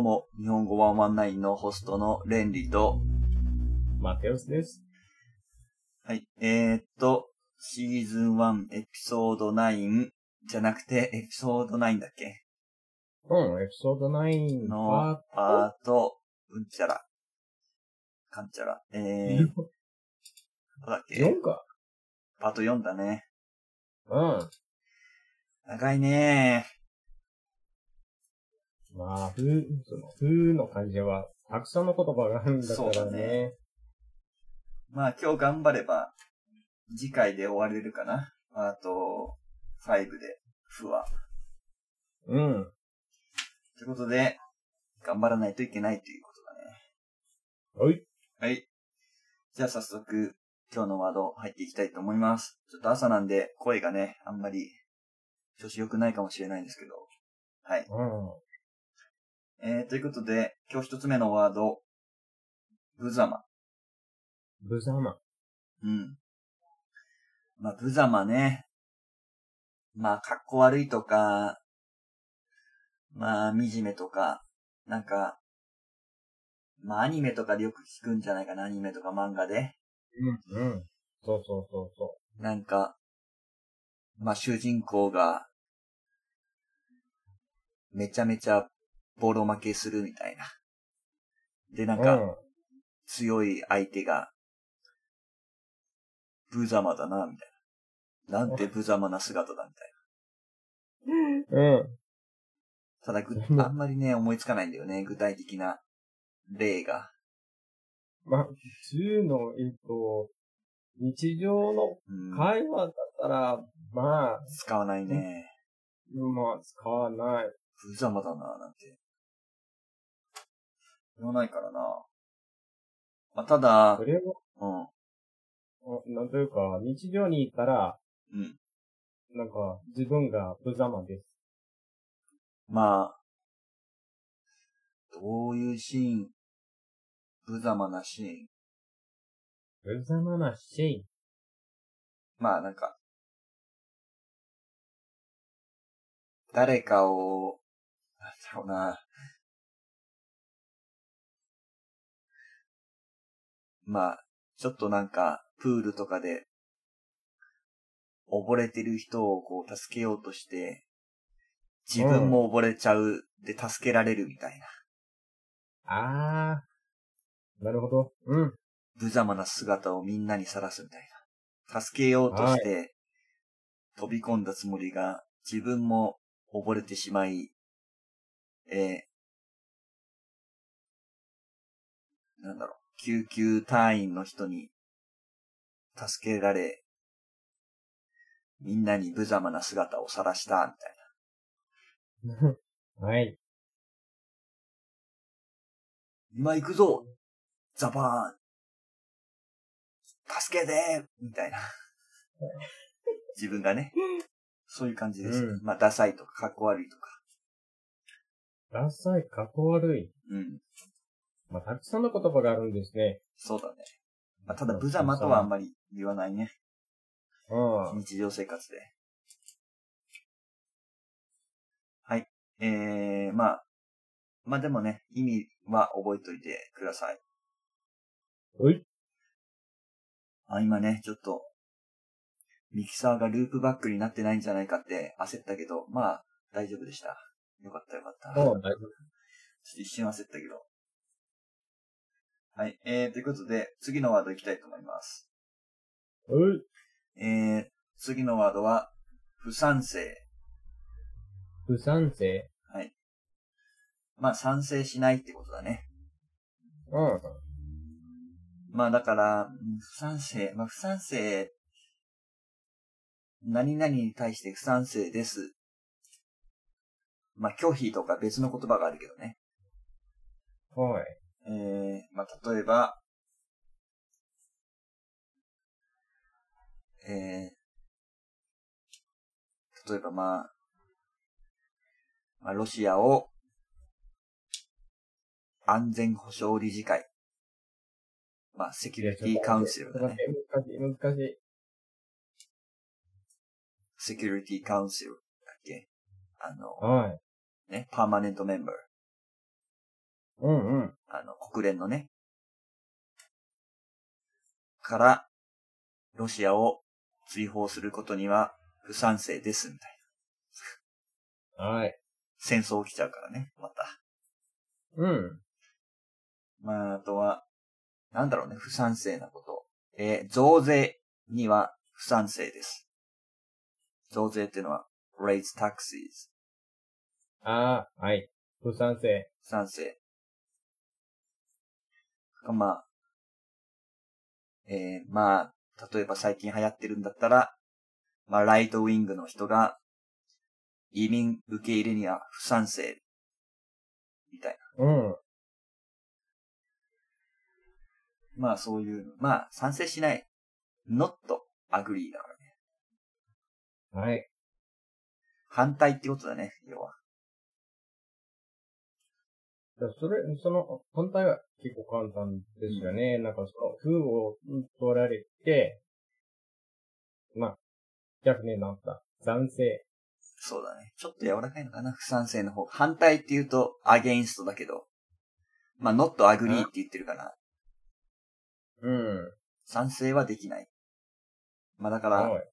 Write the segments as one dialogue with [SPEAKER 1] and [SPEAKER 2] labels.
[SPEAKER 1] も、日本語109のホストのレンリと、
[SPEAKER 2] マテオスです。
[SPEAKER 1] はい、えー、っと、シーズン1エピソード9じゃなくて、エピソード9だっけ
[SPEAKER 2] うん、エピソード9
[SPEAKER 1] の
[SPEAKER 2] は、
[SPEAKER 1] パート、うんちゃら、かんちゃら、えー、どうだっけ
[SPEAKER 2] 4か。
[SPEAKER 1] パート4だね。
[SPEAKER 2] う
[SPEAKER 1] 長いね
[SPEAKER 2] ん。まあ、ふう、その、ふうの感じは、たくさんの言葉があるんだ
[SPEAKER 1] そう
[SPEAKER 2] か
[SPEAKER 1] だ
[SPEAKER 2] らね。
[SPEAKER 1] まあ今日頑張れば、次回で終われるかな。パート5で、ふわ。
[SPEAKER 2] うん。
[SPEAKER 1] ということで、頑張らないといけないということだね。
[SPEAKER 2] はい。
[SPEAKER 1] はい。じゃあ早速、今日のワード入っていきたいと思います。ちょっと朝なんで声がね、あんまり調子良くないかもしれないんですけど。はい。
[SPEAKER 2] うん。
[SPEAKER 1] えー、ということで、今日一つ目のワード、無様。
[SPEAKER 2] 無様。
[SPEAKER 1] うん。まあ、無様ね。まあ、格好悪いとか、まあ、惨めとか、なんか、まあ、アニメとかでよく聞くんじゃないかな、アニメとか漫画で。
[SPEAKER 2] うん。うん。そうそうそうそ
[SPEAKER 1] なんか、まあ、主人公が、めちゃめちゃボロ負けするみたいな。で、な
[SPEAKER 2] う。
[SPEAKER 1] んか、
[SPEAKER 2] うん。
[SPEAKER 1] 強い相手が、無様だな、みたいな。なんて無様な姿だ、みたい
[SPEAKER 2] うん。
[SPEAKER 1] な。ただぐ
[SPEAKER 2] う、ん
[SPEAKER 1] あんまりね、思いつかないんだよね、具体的な例が。
[SPEAKER 2] まあ、普通の、えっと、日常の
[SPEAKER 1] うん、
[SPEAKER 2] 会話だったら、まあ、
[SPEAKER 1] 使わないね。
[SPEAKER 2] まあ、使わない。
[SPEAKER 1] 無様だな、なんて。言わないからな。まあ、ただ
[SPEAKER 2] そ、れを、
[SPEAKER 1] うん、
[SPEAKER 2] なんというか、日常にいたら、
[SPEAKER 1] うん。
[SPEAKER 2] なんか、自分が無様です。
[SPEAKER 1] まあ、どういうシーン、無様なシーン。
[SPEAKER 2] 無様なシ
[SPEAKER 1] まあなんか、誰かを、なんだろうな。まあ、ちょっとなんか、プールとかで、溺れてる人をこう助けようとして、自分も溺れちゃう、で助けられるみたいな、
[SPEAKER 2] ーン。あー。なるほど。うん。
[SPEAKER 1] 無様な姿をみんなにさらすみたいな。助けようとして、飛び込んだつもりが、自分も溺れてしまい、えーなんだろう、救急隊員の人に、助けられ、みんなに無様な姿を晒した、みたいな。
[SPEAKER 2] はい。
[SPEAKER 1] 今行くぞザバーン助けてみたい な。自分がね。そういう感じですね。
[SPEAKER 2] うん
[SPEAKER 1] まあ、ダサいとか、かっこ悪いとか。
[SPEAKER 2] ダサい、かっこ悪い。
[SPEAKER 1] うん。
[SPEAKER 2] まあ、たくさんの言葉があるんですね。
[SPEAKER 1] そうだね。まあ、ただ、無様とはあんまり言わないね。
[SPEAKER 2] うん。
[SPEAKER 1] 日常生活で。はい。えー、まあ、まあでもね、意味は覚えといてください。
[SPEAKER 2] おい。
[SPEAKER 1] あ、今ね、ちょっと、ミキサーがループバックになってないんじゃないかって焦ったけど、まあ、大丈夫でした。よかったよかった。
[SPEAKER 2] うん、
[SPEAKER 1] ちょっ
[SPEAKER 2] 大丈
[SPEAKER 1] と一瞬焦ったけど。はい。えー、ということで、次のワードいきたいと思います。
[SPEAKER 2] 夫。おい。
[SPEAKER 1] えー、次のワードは、不賛成。
[SPEAKER 2] 不賛成。
[SPEAKER 1] はい。まあ、賛成しないってことだね。
[SPEAKER 2] うん。
[SPEAKER 1] まあだから、うん不賛成、まあ不賛成、何々に対して不賛成です。まあ拒否とか別の言葉があるけどね。
[SPEAKER 2] はい。
[SPEAKER 1] えー、まあ例えば、えー、例えばまあ、まあロシアを安全保障理事会。まあセキュリティカウンセルだ
[SPEAKER 2] 難
[SPEAKER 1] ね
[SPEAKER 2] し。い、難しい。
[SPEAKER 1] セキュリティカウンセルだっけあの、
[SPEAKER 2] は
[SPEAKER 1] ね、パーマネントメンバー。
[SPEAKER 2] うんうん。
[SPEAKER 1] あの、国連のね。から、ロシアを追放することには不賛成です、みたいな。
[SPEAKER 2] はい。
[SPEAKER 1] 戦争起きちゃうからね、また。
[SPEAKER 2] うん。
[SPEAKER 1] まあ、あとは、なんだろうね、不賛成なこと。えー増税には不賛成です。増税っていうのは、raise taxes。
[SPEAKER 2] ああ、はい。不賛成。
[SPEAKER 1] 不賛成。まあ、えーまあ、例えば最近流行ってるんだったら、まあ、ライトウィングの人が、移民受け入れには不賛成。みたいな。
[SPEAKER 2] うん。
[SPEAKER 1] まあそういう、まあ賛成しない。not agree だからね。
[SPEAKER 2] はい。
[SPEAKER 1] 反対ってことだね、要は。
[SPEAKER 2] じゃあそれ、その、反対は結構簡単ですよね。なんかその、風を取られて、まあ、逆になった。賛成。
[SPEAKER 1] そうだね。ちょっと柔らかいのかな、不賛成の方。反対って言うと against だけど、まあ not agree って言ってるから、
[SPEAKER 2] うん。
[SPEAKER 1] 賛成はできない。まあだから、
[SPEAKER 2] はい。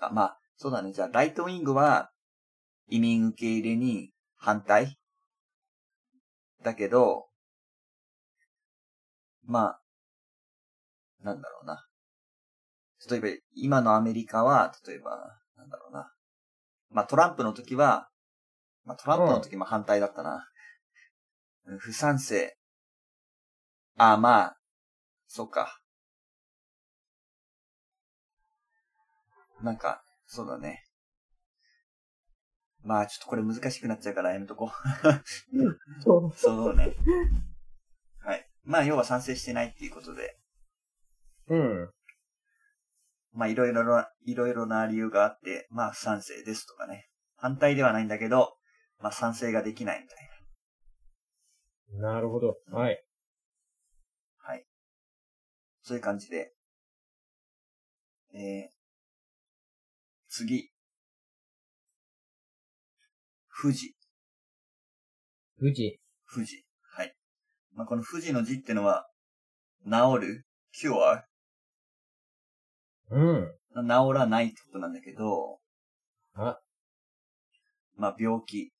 [SPEAKER 1] あまあ、そうだね。じゃあ、ライトウィングは、移民受け入れに反対だけど、まあ、なんだろうな。例えば、今のアメリカは、例えば、なんだろうな。まあ、トランプの時は、まあ、トランプの時も反対だったな。うん不賛成。あ、まあ、そっか。なんか、そうだね。まあ、ちょっとこれ難しくなっちゃうからやめとこ
[SPEAKER 2] そう
[SPEAKER 1] う。 そうね。はい。まあ、要は賛成してないっていうことで、
[SPEAKER 2] うん。
[SPEAKER 1] まあ、いろいろな、いろいろな理由があって、まあ、不賛成ですとかね。反対ではないんだけど、まあ、賛成ができないみたい
[SPEAKER 2] なるほど。はい。
[SPEAKER 1] な。はい。そういう感じで。えー、次。富士。
[SPEAKER 2] 富士。
[SPEAKER 1] 富士。はい。まあ、この富士の字ってのは、治る ?cure?
[SPEAKER 2] うん。
[SPEAKER 1] 治らないってことなんだけど、
[SPEAKER 2] あ
[SPEAKER 1] まあ、病気。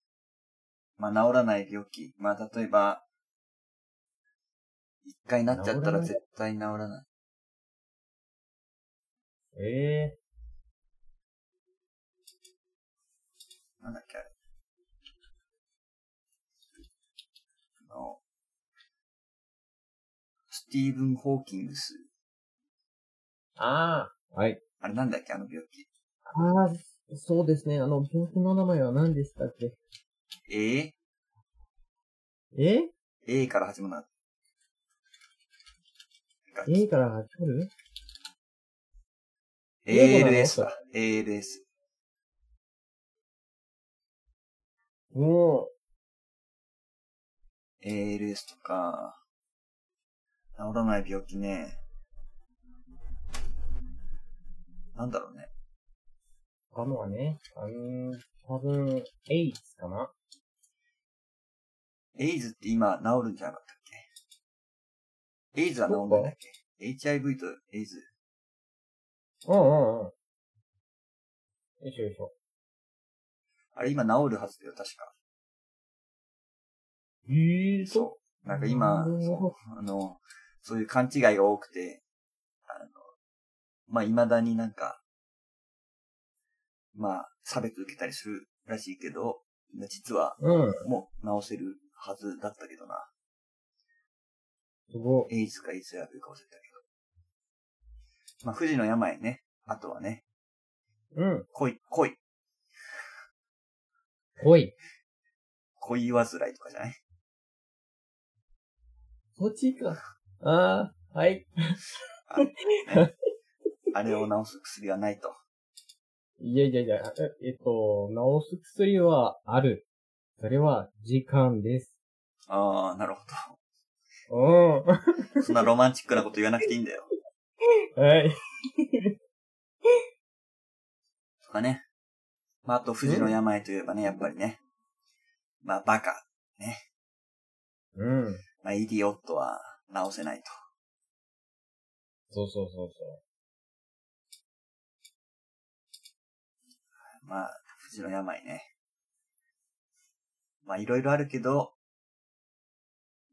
[SPEAKER 1] まあ、治らない病気。まあ、例えば、一回なっちゃったら
[SPEAKER 2] 治らない
[SPEAKER 1] 絶対治らない。
[SPEAKER 2] ええ
[SPEAKER 1] なんだっけ、あれ。あの、スティーブン・ホーキングス。
[SPEAKER 2] ああ。はい。
[SPEAKER 1] あれなんだっけ、あの病気。
[SPEAKER 2] ああ、そうですね。あの、病気の名前は何でしたっけ
[SPEAKER 1] A?
[SPEAKER 2] え
[SPEAKER 1] A から始まるな。
[SPEAKER 2] ?A から始まる英語なの
[SPEAKER 1] ALS だ。ALS。
[SPEAKER 2] も
[SPEAKER 1] ALS とか、治らない病気ね。なんだろうね。
[SPEAKER 2] う、あのはね、あのー、多分、AIDS かな
[SPEAKER 1] エイズって今治るんじゃなかったっけエイズは治んないんだっけ ?HIV とエイズ。
[SPEAKER 2] うんうんうん。よいしょよいしょ。
[SPEAKER 1] あれ今治るはずだよ、確か。
[SPEAKER 2] ええ
[SPEAKER 1] そう。なんか今、そうあの、そういう勘違いが多くて、あの、まあ、未だになんか、まあ、差別受けたりするらしいけど、実は
[SPEAKER 2] うん。
[SPEAKER 1] もう直せるはずだったけどな。
[SPEAKER 2] すご
[SPEAKER 1] エ
[SPEAKER 2] い。
[SPEAKER 1] イズかエイズやるか忘れたけど。まあ、富士の病ね。あとはね、
[SPEAKER 2] うん。
[SPEAKER 1] 恋、恋、
[SPEAKER 2] おい。
[SPEAKER 1] 恋煩いとかじゃない
[SPEAKER 2] こっちか。ああ、はい。
[SPEAKER 1] あれを治す薬がないと。
[SPEAKER 2] いやいやいや、ええっと、治す薬はある。それは、時間です。
[SPEAKER 1] ああ、なるほ
[SPEAKER 2] うん。は
[SPEAKER 1] ど。そんなロマンチックなこと言わなくていいんだよ。
[SPEAKER 2] い。
[SPEAKER 1] とかね。まあ、あと富士の病といえばね、やっぱりね。まあ、バカ。
[SPEAKER 2] うん。
[SPEAKER 1] まあ、イディオットは直せないと。
[SPEAKER 2] そうそうそうそ
[SPEAKER 1] まあ、不治の病ね。まあ、いろいろあるけど、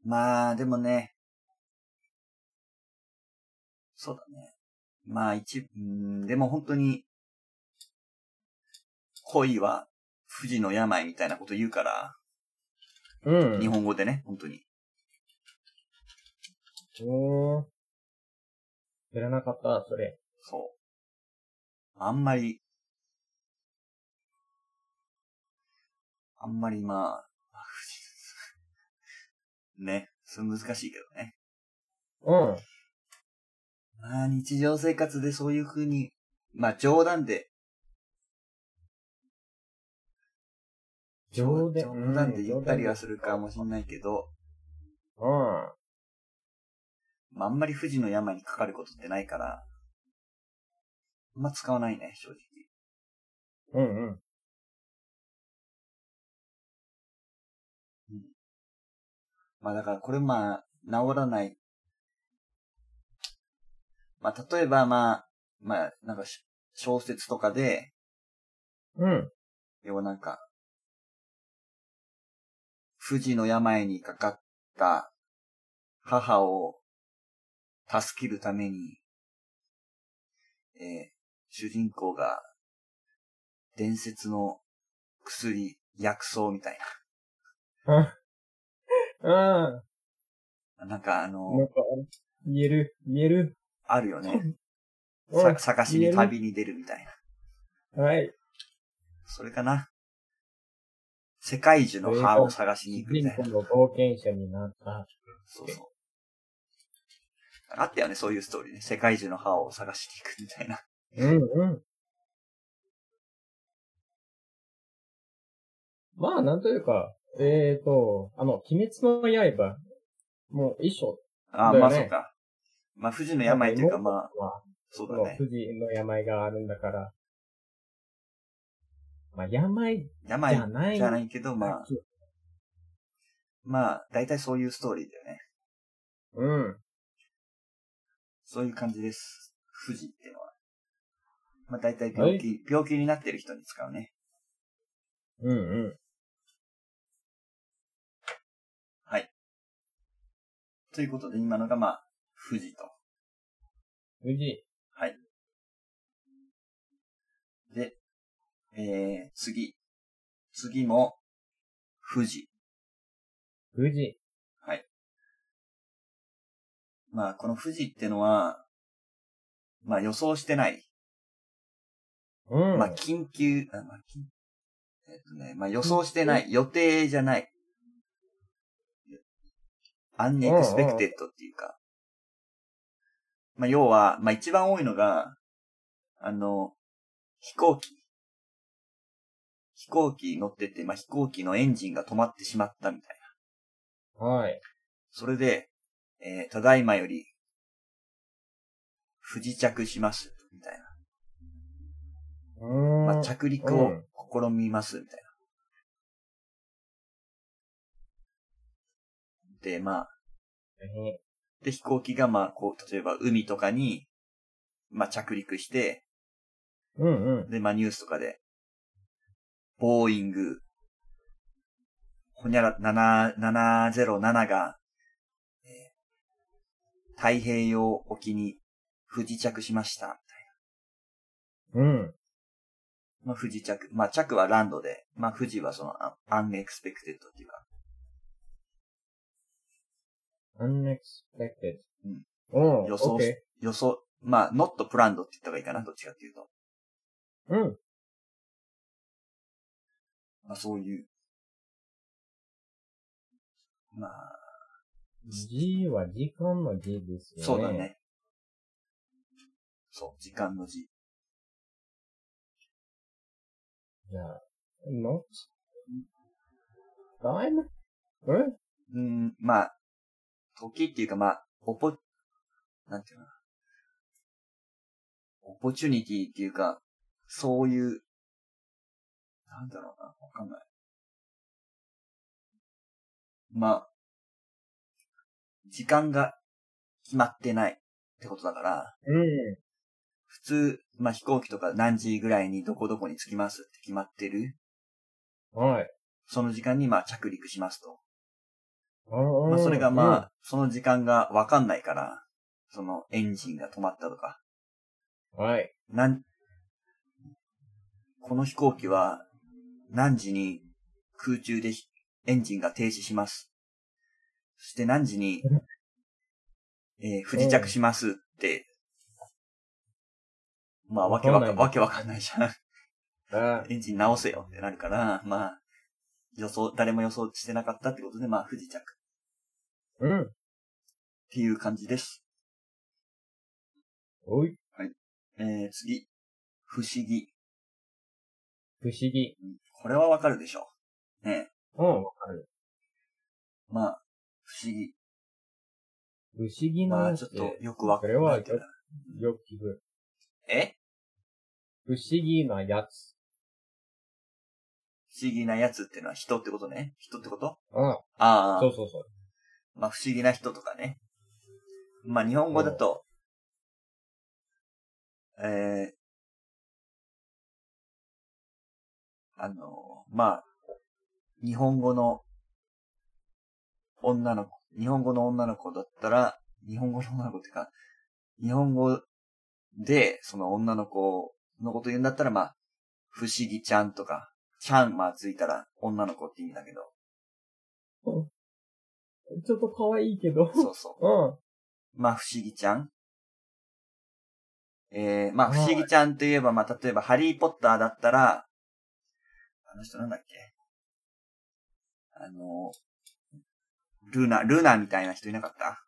[SPEAKER 1] まあ、でもね、そうだね。まあ、一、うーん、でも本当に、恋は不治の病みたいなこと言うから、
[SPEAKER 2] う。うん。
[SPEAKER 1] 日本語でね、本当に。
[SPEAKER 2] おー。知らなかった、それ。
[SPEAKER 1] そう。あんまり、あんまりまあ、 まあ不治ね、それ難しいけどね。
[SPEAKER 2] うん。
[SPEAKER 1] まあ、日常生活でそういう風に、まあ、冗談で、
[SPEAKER 2] 冗談
[SPEAKER 1] 冗談で言ったりはするかもしんないけど、
[SPEAKER 2] うん。
[SPEAKER 1] まあ、あんまり不治の病にかかることってないから、あんま使わないね、正直。
[SPEAKER 2] うんうん。
[SPEAKER 1] まあ、だからこれまあ、治らない。まあ、例えばまあ、まあ、なんかし小説とかで、
[SPEAKER 2] うん。
[SPEAKER 1] 要はなんか、不治の病にかかった母を助けるために、えー主人公が伝説の薬、薬草みたい
[SPEAKER 2] あ
[SPEAKER 1] な。なんかあ
[SPEAKER 2] あ、
[SPEAKER 1] の、
[SPEAKER 2] なんか、見える、見える。
[SPEAKER 1] あるよね。
[SPEAKER 2] うん
[SPEAKER 1] さ探し
[SPEAKER 2] 言
[SPEAKER 1] に
[SPEAKER 2] える
[SPEAKER 1] 旅に出るみたいな。
[SPEAKER 2] はい。
[SPEAKER 1] それかな。世界中の歯を探しに行
[SPEAKER 2] 主
[SPEAKER 1] くみ
[SPEAKER 2] 人
[SPEAKER 1] たい
[SPEAKER 2] 公
[SPEAKER 1] な。
[SPEAKER 2] の冒険者になった。
[SPEAKER 1] そうそう。あったよね、そういうストーリーね。世界中の歯を探しに行くみたいな。
[SPEAKER 2] うんうん。まあ、なんというか、えーと、あの、鬼滅の刃、もう衣装
[SPEAKER 1] ああ、
[SPEAKER 2] だ
[SPEAKER 1] ま
[SPEAKER 2] よね
[SPEAKER 1] あそうか。まあ、不治の病というか、まあ、
[SPEAKER 2] は、
[SPEAKER 1] そう
[SPEAKER 2] そ
[SPEAKER 1] だ
[SPEAKER 2] の
[SPEAKER 1] ね。
[SPEAKER 2] 富士の病があるんだから、まあ、病
[SPEAKER 1] 病
[SPEAKER 2] じゃない
[SPEAKER 1] じゃないけど、まあ、まあ、大体そういうストーリーだよね。
[SPEAKER 2] うん。
[SPEAKER 1] そういう感じです。不治っていうのは。まあ、大体病気、病気になってる人に使うね。
[SPEAKER 2] うんうん。
[SPEAKER 1] ということで、今のがまあ、不治と。
[SPEAKER 2] 富士。
[SPEAKER 1] はい。で、えー、次。次も、不治。
[SPEAKER 2] 富士。
[SPEAKER 1] まあ、この不治ってのは、まあ予想してない。
[SPEAKER 2] うん。
[SPEAKER 1] まあ緊急、あまあ、緊えっとね、まあ予想してない。予定じゃない。アンエクスペクテッドっていうか。まあ要は、まあ一番多いのが、あの、飛行機。飛行機乗ってて、まあ飛行機のエンジンが止まってしまったみたいな。
[SPEAKER 2] はい。
[SPEAKER 1] それで、えーただいまより、不時着します、みたいな。
[SPEAKER 2] うーん。
[SPEAKER 1] まあ、着陸を試みます、みたいな。で、まあ、
[SPEAKER 2] ね
[SPEAKER 1] で、飛行機が、まあ、こう、例えば海とかに、まあ、着陸して、
[SPEAKER 2] うんうん。
[SPEAKER 1] で、まあ、ニュースとかで、ボーイング、ほにゃら、7 707が、えー太平洋沖に不時着しました。
[SPEAKER 2] うん。
[SPEAKER 1] まあ、不時着。まあ、着はランドで、まあ、富士はその、アアンエクスペクテッドっていうか、
[SPEAKER 2] unexpected.
[SPEAKER 1] うん。
[SPEAKER 2] うん。
[SPEAKER 1] 予想
[SPEAKER 2] OK
[SPEAKER 1] 予想、まあ、not planned って言った方がいいかな、どっちかっていうと。
[SPEAKER 2] うん。
[SPEAKER 1] まあ、そういう。まあ、
[SPEAKER 2] G は時間の G ですよね。
[SPEAKER 1] そうだね。。そう、時間の字。
[SPEAKER 2] じゃあ、not time? うん
[SPEAKER 1] うーん、まあ、時っていうかまあ、オポ、なんていうのかな。オポチュニティっていうか、そういう、なんだろうな、わかんない。まあ、時間が決まってないってことだから、
[SPEAKER 2] うん。
[SPEAKER 1] 普通、まあ、飛行機とか何時ぐらいにどこどこに着きますって決まってる。
[SPEAKER 2] はい。
[SPEAKER 1] その時間にまあ着陸しますと。
[SPEAKER 2] ま
[SPEAKER 1] まあ、それがまあ、その時間がわかんないから、そのエンジンが止まったとか、
[SPEAKER 2] あ、はい。
[SPEAKER 1] なん、この飛行機は何時に空中でひエンジンが停止します。そして何時に、えー不時着しますって、まあわけわ
[SPEAKER 2] わか
[SPEAKER 1] か
[SPEAKER 2] んない
[SPEAKER 1] わけわかんないじゃん。
[SPEAKER 2] あ
[SPEAKER 1] エンジン直せよってなるから、まあ、予想、誰も予想してなかったってことで、まあ不時着っ
[SPEAKER 2] うん。
[SPEAKER 1] ていう感じです。
[SPEAKER 2] おい、
[SPEAKER 1] えー、次。不思議。
[SPEAKER 2] 不思議。
[SPEAKER 1] これはわかるでしょう。ねえ。
[SPEAKER 2] うん、わかる。
[SPEAKER 1] まあ、不思議。
[SPEAKER 2] 不思議
[SPEAKER 1] ま
[SPEAKER 2] な
[SPEAKER 1] あ、
[SPEAKER 2] ん
[SPEAKER 1] ち
[SPEAKER 2] て
[SPEAKER 1] ょっとよくわか
[SPEAKER 2] そ
[SPEAKER 1] る
[SPEAKER 2] れはよよく聞く。
[SPEAKER 1] え
[SPEAKER 2] 不思議なやつ。
[SPEAKER 1] 不思議なやつってのは人ってことね。人ってこと
[SPEAKER 2] あ
[SPEAKER 1] あ
[SPEAKER 2] あ、
[SPEAKER 1] あ
[SPEAKER 2] そ、うそうそう。
[SPEAKER 1] まあ不思議な人とかね。まあ日本語だと、ええあの、まあ、日本語の女の子、日本語の女の子だったら、日本語の女の子っていうか、日本語で、その女の子のこと言うんだったら、まあ、不思議ちゃんとか、ちゃん、まあついたら女の子って意味だけど、
[SPEAKER 2] ちょっと可愛いけど。
[SPEAKER 1] そうそう。
[SPEAKER 2] うん。
[SPEAKER 1] まあ、不思議ちゃん。えー、まあ、
[SPEAKER 2] はい
[SPEAKER 1] 不思議ちゃんといえば、まあ、例えば、ハリーポッターだったら、あの人なんだっけあの、ルナ、ルナみたいな人いなかった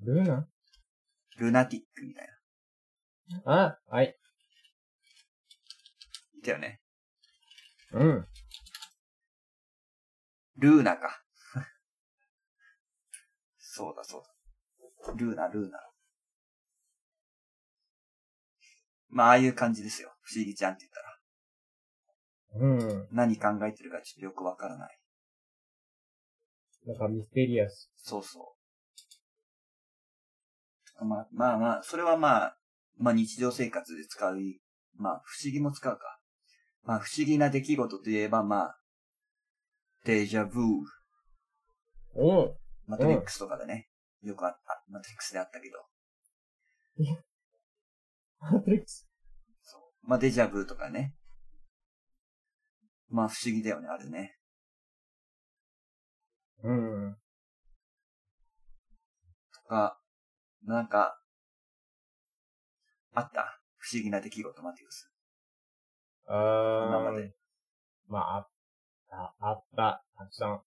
[SPEAKER 2] ルーナ
[SPEAKER 1] ルナティックみたいな。
[SPEAKER 2] あ、はい。
[SPEAKER 1] いたよね。
[SPEAKER 2] うん。
[SPEAKER 1] ルーナか。 そうだそうだ。ルーナ、ルーナ。まあ、ああいう感じですよ。不思議ちゃんって言ったら。
[SPEAKER 2] うん。
[SPEAKER 1] 何考えてるかちょっとよくわからない。
[SPEAKER 2] なんかミステリアス。
[SPEAKER 1] そうそう。まあまあまあ、それはまあ、まあ日常生活で使う、まあ不思議も使うか。まあ不思議な出来事といえばまあ、デジャブー、
[SPEAKER 2] うん。
[SPEAKER 1] マトリックスとかでね、よくあった、マトリックスであったけど、
[SPEAKER 2] マトリックス。
[SPEAKER 1] そう。まあデジャブーとかね。まあ不思議だよね、あれね。
[SPEAKER 2] うん。
[SPEAKER 1] とか、なんか、あった。不思議な出来事、マトリックス。
[SPEAKER 2] あ
[SPEAKER 1] 今まで。
[SPEAKER 2] まあ、あった、あった、たくさん。
[SPEAKER 1] た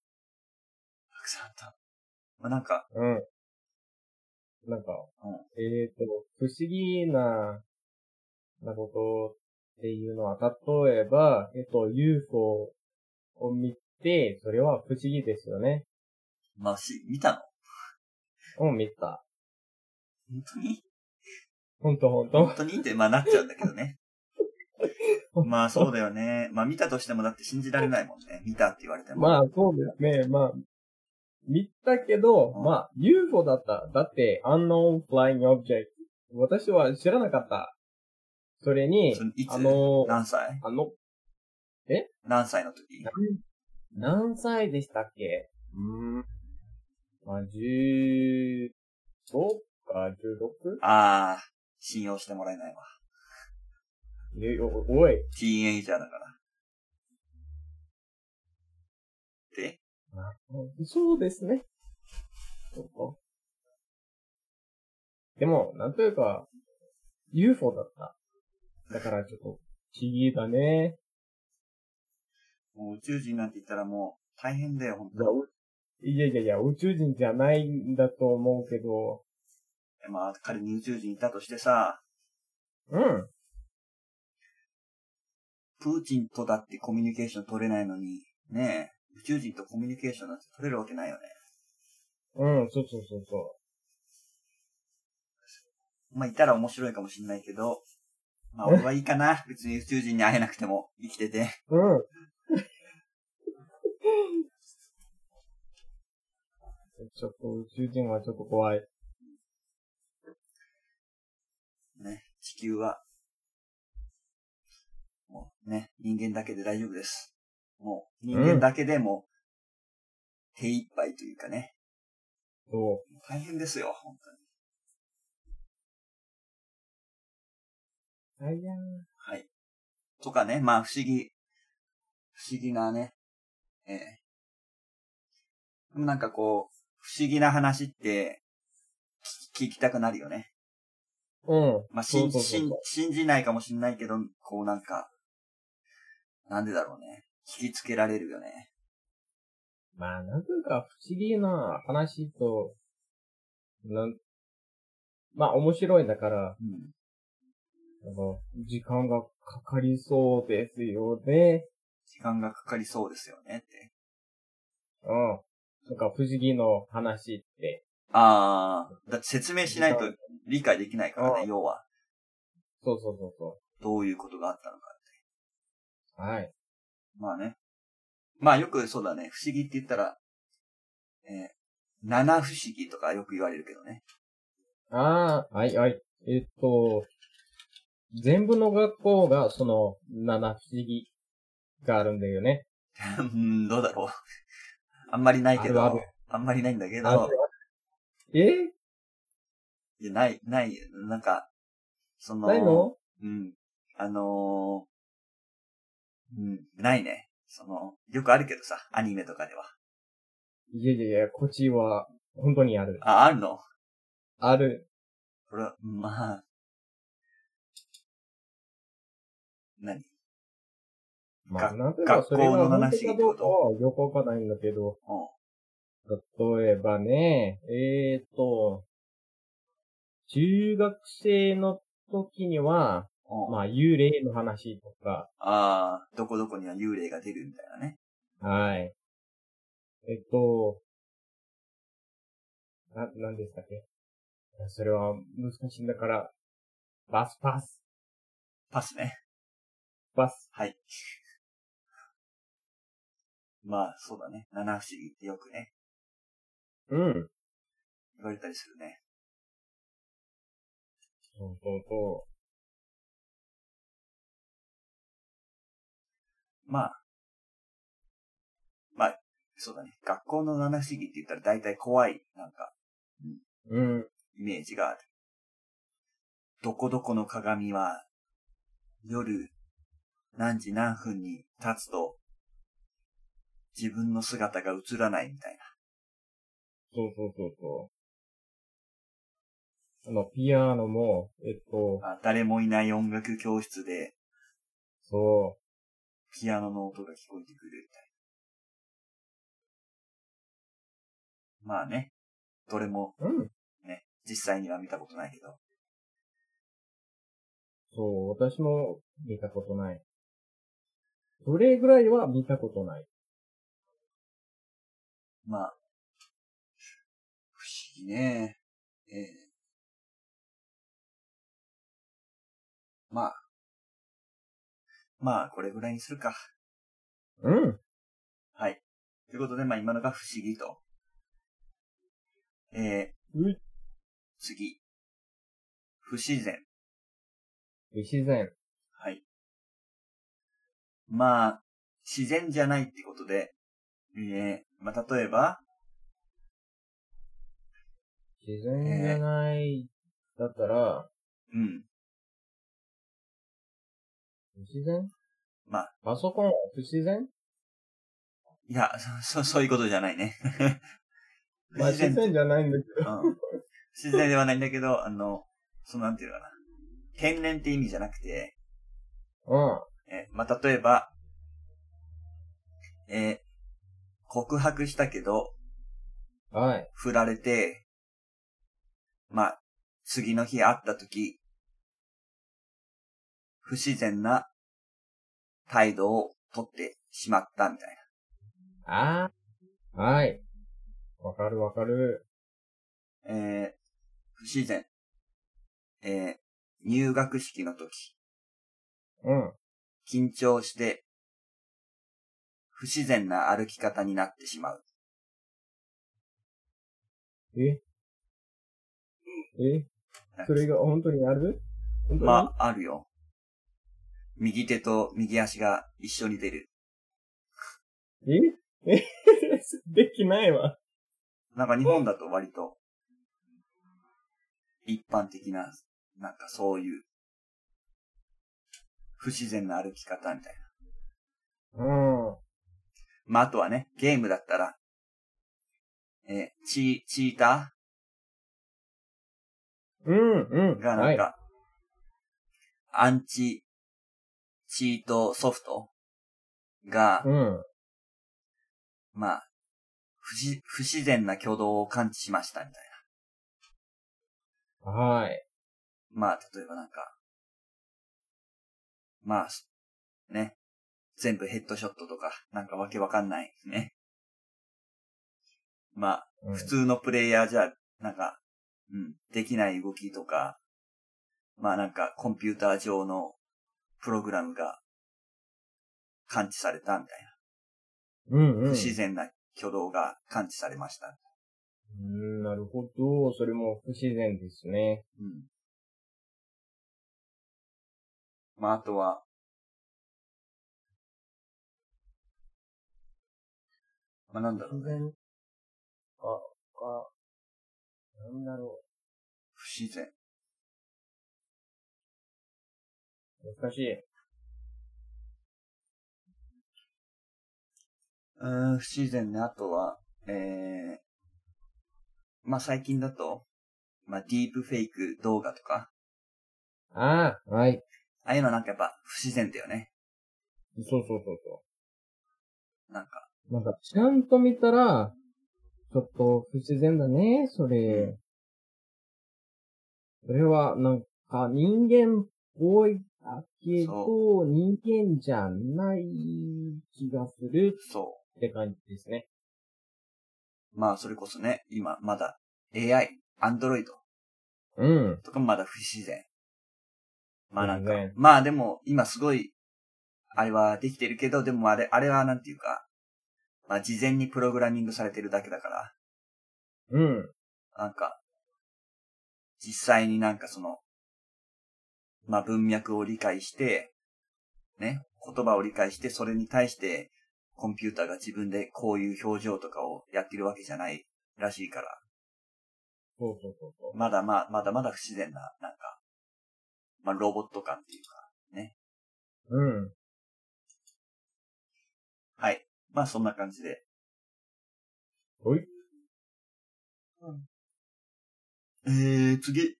[SPEAKER 1] くさんあった。まあなんか、
[SPEAKER 2] うん。なんか、
[SPEAKER 1] うん
[SPEAKER 2] えっ、と、不思議な、なことっていうのは、例えば、えっ、と、UFO を見て、それは不思議ですよね。
[SPEAKER 1] まあし、見たの
[SPEAKER 2] を見た。
[SPEAKER 1] 本当に
[SPEAKER 2] ほんとほんと
[SPEAKER 1] 本。当にって、まあなっちゃうんだけどね。まあそうだよね。まあ見たとしてもだって信じられないもんね。見たって言われても。
[SPEAKER 2] まあ、そうですね。まあ、見たけど、
[SPEAKER 1] うん
[SPEAKER 2] まあ、UFO だった。だって、unknown flying object。私は知らなかった。それに
[SPEAKER 1] それい、つ
[SPEAKER 2] あの、
[SPEAKER 1] 何歳
[SPEAKER 2] あの、
[SPEAKER 1] 何歳の時
[SPEAKER 2] 何歳でしたっけうーん。まあ、15か 16?
[SPEAKER 1] ああ、信用してもらえないわ。
[SPEAKER 2] いやいやおおい。
[SPEAKER 1] ティーンエイジャーだから。で、
[SPEAKER 2] そうですね。そっかでも、なんというか、UFO だった。だからちょっと、不思議だね。
[SPEAKER 1] もう宇宙人なんて言ったらもう大変だよ、本当
[SPEAKER 2] いやいやいや、宇宙人じゃないんだと思うけど、
[SPEAKER 1] に。まあ仮に宇宙人いたとしてさ、
[SPEAKER 2] うん。
[SPEAKER 1] プーチンとだってコミュニケーション取れないのに、ねえ、宇宙人とコミュニケーションなんて取れるわけないよね。
[SPEAKER 2] うん、そうそうそうそ
[SPEAKER 1] まあ、いたら面白いかもしんないけど、まあ、俺はいいかな。別に宇宙人に会えなくても、生きてて。
[SPEAKER 2] う。うん。ちょっと宇宙人はちょっと怖い。
[SPEAKER 1] ね、地球は、もうね、人間だけで大丈夫です。もう、人間だけでも、手一杯というかね、
[SPEAKER 2] そ
[SPEAKER 1] 大変ですよ、本当に。
[SPEAKER 2] う。大変。
[SPEAKER 1] はい。とかね、まあ不思議、不思議なね、ええでもなんかこう、不思議な話って、聞き聞きたくなるよね。
[SPEAKER 2] うん。
[SPEAKER 1] まあ、
[SPEAKER 2] そ
[SPEAKER 1] 信
[SPEAKER 2] う
[SPEAKER 1] じ、
[SPEAKER 2] そうそう
[SPEAKER 1] 信
[SPEAKER 2] そう
[SPEAKER 1] 信じないかもしんないけど、こうなんか、なんでだろうね。引きつけられるよね。
[SPEAKER 2] まあ、なんというか不思議な話と、なん、まあ面白いだから、
[SPEAKER 1] うん。
[SPEAKER 2] あの時間がかかりそうですよね。
[SPEAKER 1] 時間がかかりそうですよねって。
[SPEAKER 2] うん。なんか不思議の話って。
[SPEAKER 1] ああ、だって説明しないと
[SPEAKER 2] 時間
[SPEAKER 1] 理解できないから
[SPEAKER 2] ああ
[SPEAKER 1] ね、要は。
[SPEAKER 2] そうそうそうそ
[SPEAKER 1] どういうことがあったのか。
[SPEAKER 2] う。はい。
[SPEAKER 1] まあね。まあよくそうだね、不思議って言ったら、えー七不思議とかよく言われるけどね。
[SPEAKER 2] ああ、はいはい。えっと、全部の学校がその七不思議があるんだよね。
[SPEAKER 1] うん、どうだろう。あんまりないけど、
[SPEAKER 2] あ
[SPEAKER 1] あ
[SPEAKER 2] るある
[SPEAKER 1] んまりないんだけ
[SPEAKER 2] あ
[SPEAKER 1] ど、
[SPEAKER 2] るえ
[SPEAKER 1] いやない、ない、なんか、その、
[SPEAKER 2] ないの
[SPEAKER 1] うん。あのーうん、ないね。その、よくあるけどさ、アニメとかでは。
[SPEAKER 2] いやいやいや、こっちは本当にある。
[SPEAKER 1] あ、あるの
[SPEAKER 2] ある。
[SPEAKER 1] これは、まあ、何
[SPEAKER 2] まあ、
[SPEAKER 1] が
[SPEAKER 2] なんていうか、
[SPEAKER 1] 学
[SPEAKER 2] そ
[SPEAKER 1] 校
[SPEAKER 2] れ
[SPEAKER 1] の
[SPEAKER 2] が
[SPEAKER 1] 七不思議っ
[SPEAKER 2] 本当か
[SPEAKER 1] て
[SPEAKER 2] ど
[SPEAKER 1] こ
[SPEAKER 2] うか
[SPEAKER 1] と
[SPEAKER 2] はよくわかんないんだけど、
[SPEAKER 1] うん。
[SPEAKER 2] 例えばね、えーっと、中学生の時には、
[SPEAKER 1] うん
[SPEAKER 2] まあ、幽霊の話とか、
[SPEAKER 1] ああ、どこどこには幽霊が出るみたいなね。
[SPEAKER 2] はい。えっと、な、なんでしたっけいやそれは難しいんだから、バスパス、
[SPEAKER 1] パスね。
[SPEAKER 2] バス。
[SPEAKER 1] はい。 まあ、そうだね。七不思議ってよくね、
[SPEAKER 2] うん。
[SPEAKER 1] 言われたりするね。
[SPEAKER 2] そうそうそ
[SPEAKER 1] まあ、まあ、そうだね。学校の七不思議って言ったら大体怖い、なんか、
[SPEAKER 2] う。うん。
[SPEAKER 1] イメージがある。どこどこの鏡は、夜、何時何分に立つと、自分の姿が映らないみたいな。
[SPEAKER 2] そうそうそうそう。あの、ピアノも、えっと、
[SPEAKER 1] あ誰もいない音楽教室で、
[SPEAKER 2] そ
[SPEAKER 1] ピアノの音が聞こえてくるみたいな。まあね、どれも
[SPEAKER 2] う。うん。
[SPEAKER 1] ね、実際には見たことないけど。
[SPEAKER 2] そう、私も見たことない。それぐらいは見たことない。
[SPEAKER 1] まあ、不思議ね。ええまあ、まあ、これぐらいにするか。
[SPEAKER 2] うん。
[SPEAKER 1] はい。ということで、まあ今のが不思議と。ええ
[SPEAKER 2] う
[SPEAKER 1] 次。不自然。
[SPEAKER 2] 不自然。
[SPEAKER 1] はい。まあ、自然じゃないってことで、ええまあ、例えば、
[SPEAKER 2] 自然じゃない、だったら、
[SPEAKER 1] うん、
[SPEAKER 2] 不自然
[SPEAKER 1] まあ、
[SPEAKER 2] パソコンは不自然
[SPEAKER 1] いや、そ、そ そういうことじゃないね。不
[SPEAKER 2] まあ、
[SPEAKER 1] 自然、
[SPEAKER 2] 自然じゃないんだけど。
[SPEAKER 1] うん。不自然ではないんだけど、あの、そのなんていうのかな。天然って意味じゃなくて、
[SPEAKER 2] うん。
[SPEAKER 1] え、まあ、例えば、えー告白したけど、
[SPEAKER 2] はい。
[SPEAKER 1] 振られて、まあ、次の日会った時、不自然な態度をとってしまったみたい
[SPEAKER 2] ああ。はい。わかるわかる。
[SPEAKER 1] な。えー不自然。えー入学式の時、
[SPEAKER 2] うん。
[SPEAKER 1] 緊張して、不自然な歩き方になってしまう。
[SPEAKER 2] ええ それが本当にある本当に
[SPEAKER 1] まあ、あるよ。右手と右足が一緒に出る。
[SPEAKER 2] え えできないわ。
[SPEAKER 1] なんか日本だと割と、一般的な、なんかそういう、不自然な歩き方みたいな。
[SPEAKER 2] うん。
[SPEAKER 1] まあ、あとはね、ゲームだったら、えーチー、チータ
[SPEAKER 2] うん、うん。
[SPEAKER 1] ーがなんか、アンチ、チートソフトが
[SPEAKER 2] はい。、うん。
[SPEAKER 1] まあ、不自、不自然な挙動を感知しましたみたい
[SPEAKER 2] はい。
[SPEAKER 1] な。まあ、例えばなんか、まあ、すね、全部ヘッドショットとか、なんかわけわかんないね。まあ、
[SPEAKER 2] うん
[SPEAKER 1] 普通のプレイヤーじゃ、なんか、うん、できない動きとか、まあなんかコンピューター上のプログラムが感知されたみたい
[SPEAKER 2] うん、う
[SPEAKER 1] な。不
[SPEAKER 2] ん。
[SPEAKER 1] 自然な挙動が感知されました。
[SPEAKER 2] うん、なるほど。それも不自然ですね。
[SPEAKER 1] うん。まああとは、まあなんだろうね。
[SPEAKER 2] 不然。あ、か、なんだろ
[SPEAKER 1] 不自然。
[SPEAKER 2] う。難しい。
[SPEAKER 1] うーん、不自然ね。あとは、ええまあ、最近だと、まあ、ディープフェイク動画とか、
[SPEAKER 2] ああ、はい。
[SPEAKER 1] ああいうのなんかやっぱ不自然だよね。
[SPEAKER 2] そうそうそうそ
[SPEAKER 1] なんか、
[SPEAKER 2] う。なんか、ちゃんと見たら、ちょっと不自然だね、それ。
[SPEAKER 1] う
[SPEAKER 2] それは、なんか、人間っぽいだけど、人間じゃない気がする
[SPEAKER 1] そ
[SPEAKER 2] って感じですね。
[SPEAKER 1] う。まあ、それこそね、今、まだ AI、アンドロイド
[SPEAKER 2] うん。
[SPEAKER 1] とかもまだ不自然。まあなんか
[SPEAKER 2] 不自然、
[SPEAKER 1] まあでも、今すごい、あれはできてるけど、でもあれ、あれはなんていうか、まあ事前にプログラミングされてるだけだから、
[SPEAKER 2] うん。
[SPEAKER 1] なんか、実際になんかその、まあ文脈を理解して、ね、言葉を理解して、それに対して、コンピューターが自分でこういう表情とかをやってるわけじゃないらしいから、
[SPEAKER 2] そうそうそうそう。
[SPEAKER 1] まだまあ、まだまだ不自然な、なんか、まあロボット感っていうか、
[SPEAKER 2] うん。
[SPEAKER 1] はい。まあそんな感じで。
[SPEAKER 2] ほい。
[SPEAKER 1] えー、次。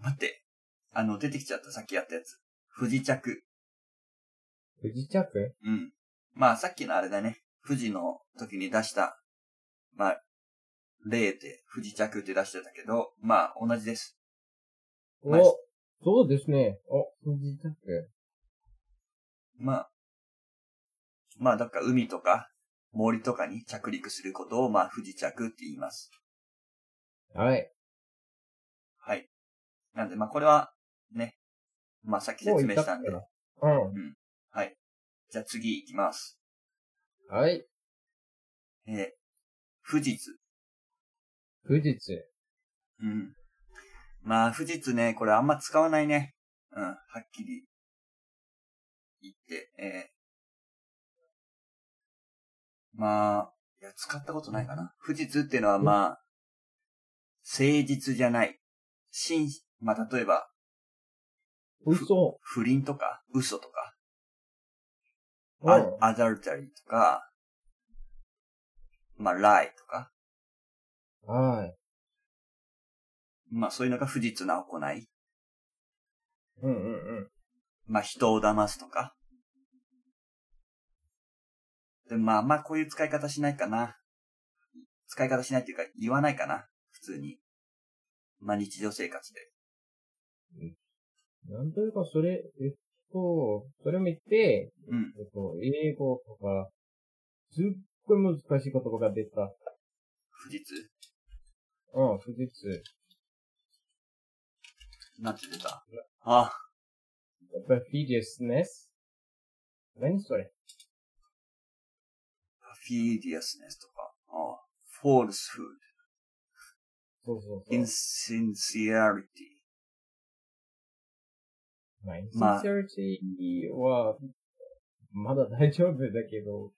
[SPEAKER 1] 待って。あの、出てきちゃった、さっきやったやつ。不時着。
[SPEAKER 2] 不時着
[SPEAKER 1] うん。まあさっきのあれだね。富士の時に出した、まあ、例って、不時着って出してたけど、まあ同じです。ナイス
[SPEAKER 2] お、そうですね。お、不時着。
[SPEAKER 1] まあ、まあだから海とか森とかに着陸することを、まあ不時着って言います。
[SPEAKER 2] はい。
[SPEAKER 1] はい。なんでまあこれは、ね。まあさっき説明したんで。
[SPEAKER 2] もううん。
[SPEAKER 1] はい。じゃあ次行きます。
[SPEAKER 2] はい。
[SPEAKER 1] えー、富士図。
[SPEAKER 2] 不時着。
[SPEAKER 1] うん。まあ、富士通ね、これあんま使わないね。うん、はっきり言って、えーまあ、いや、使ったことないかな。富士通っていうのはまあ、誠実じゃない。真、まあ、例えば、
[SPEAKER 2] 嘘。
[SPEAKER 1] 不倫とか、嘘とか、
[SPEAKER 2] う
[SPEAKER 1] あ
[SPEAKER 2] ん。
[SPEAKER 1] アダルタリーとか、まあ、ライとか、
[SPEAKER 2] はい。
[SPEAKER 1] まあ、そういうのが不実な行い。
[SPEAKER 2] うんうんうん。
[SPEAKER 1] まあ、人を騙すとか。で、まあ、まあ、こういう使い方しないかな。使い方しないっていうか、言わないかな。普通に。まあ、日常生活で。
[SPEAKER 2] なんというか、それ、えっと、それ見て、
[SPEAKER 1] うん。
[SPEAKER 2] えっと、英語とか、すっごい難しい言葉が出た。
[SPEAKER 1] 不実
[SPEAKER 2] うん、不実。
[SPEAKER 1] なんて言ってたあ、
[SPEAKER 2] やっぱりフィディスネス何それ
[SPEAKER 1] フィーディアスネスとか。あ falsehood,
[SPEAKER 2] そうそうそう。
[SPEAKER 1] insincerity.
[SPEAKER 2] まあ、インセ
[SPEAKER 1] まあ
[SPEAKER 2] ンシャリティは、まだ大丈夫だけど、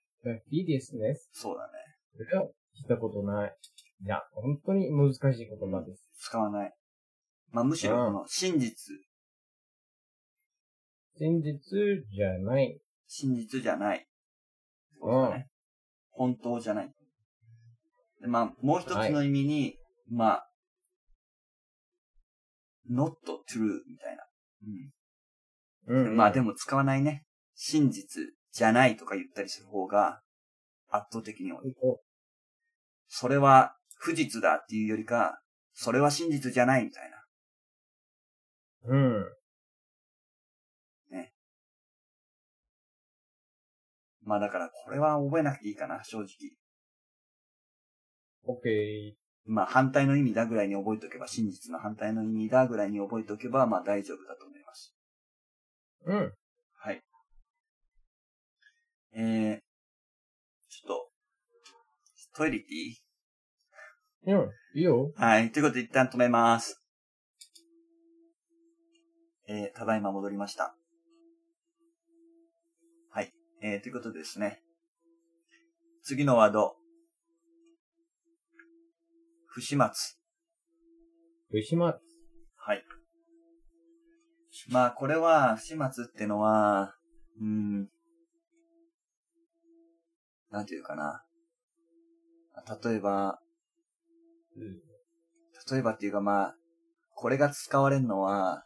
[SPEAKER 2] いいですね。
[SPEAKER 1] そうだね。
[SPEAKER 2] それは聞いたことない。いや、本当に難しい言葉です。
[SPEAKER 1] 使わない。まあ、むしろ、
[SPEAKER 2] うん
[SPEAKER 1] この、真実、
[SPEAKER 2] 真実じゃない。
[SPEAKER 1] 真実じゃない。
[SPEAKER 2] うん。
[SPEAKER 1] 本当じゃない。でまあ、もう一つの意味に、まあ、not true みたいな。
[SPEAKER 2] う
[SPEAKER 1] うん
[SPEAKER 2] ん、う
[SPEAKER 1] で
[SPEAKER 2] ん。
[SPEAKER 1] まあでも使わないね。真実じゃないとか言ったりする方が圧倒的に多い。
[SPEAKER 2] こ。
[SPEAKER 1] それは不実だっていうよりか、それは真実じゃないみたいう
[SPEAKER 2] うん。
[SPEAKER 1] な。まあだからこれは覚えなくていいかな、正直。
[SPEAKER 2] オッケー。
[SPEAKER 1] まあ反対の意味だぐらいに覚えておけば、真実の反対の意味だぐらいに覚えておけば、まあ大丈夫だと思います。
[SPEAKER 2] うん。
[SPEAKER 1] はい。えー、ちょっと、トイレ行っていい
[SPEAKER 2] うん。いいよ。
[SPEAKER 1] はい。ということで一旦止めます。えー、ただいま戻りました。はい。えー、ということでですね。次のワード。不始末。
[SPEAKER 2] 不始末。
[SPEAKER 1] はい。まあ、これは、不始末ってのは、うーん、なんていうかな。例えば、
[SPEAKER 2] うん。
[SPEAKER 1] 例えばっていうかまあ、これが使われるのは、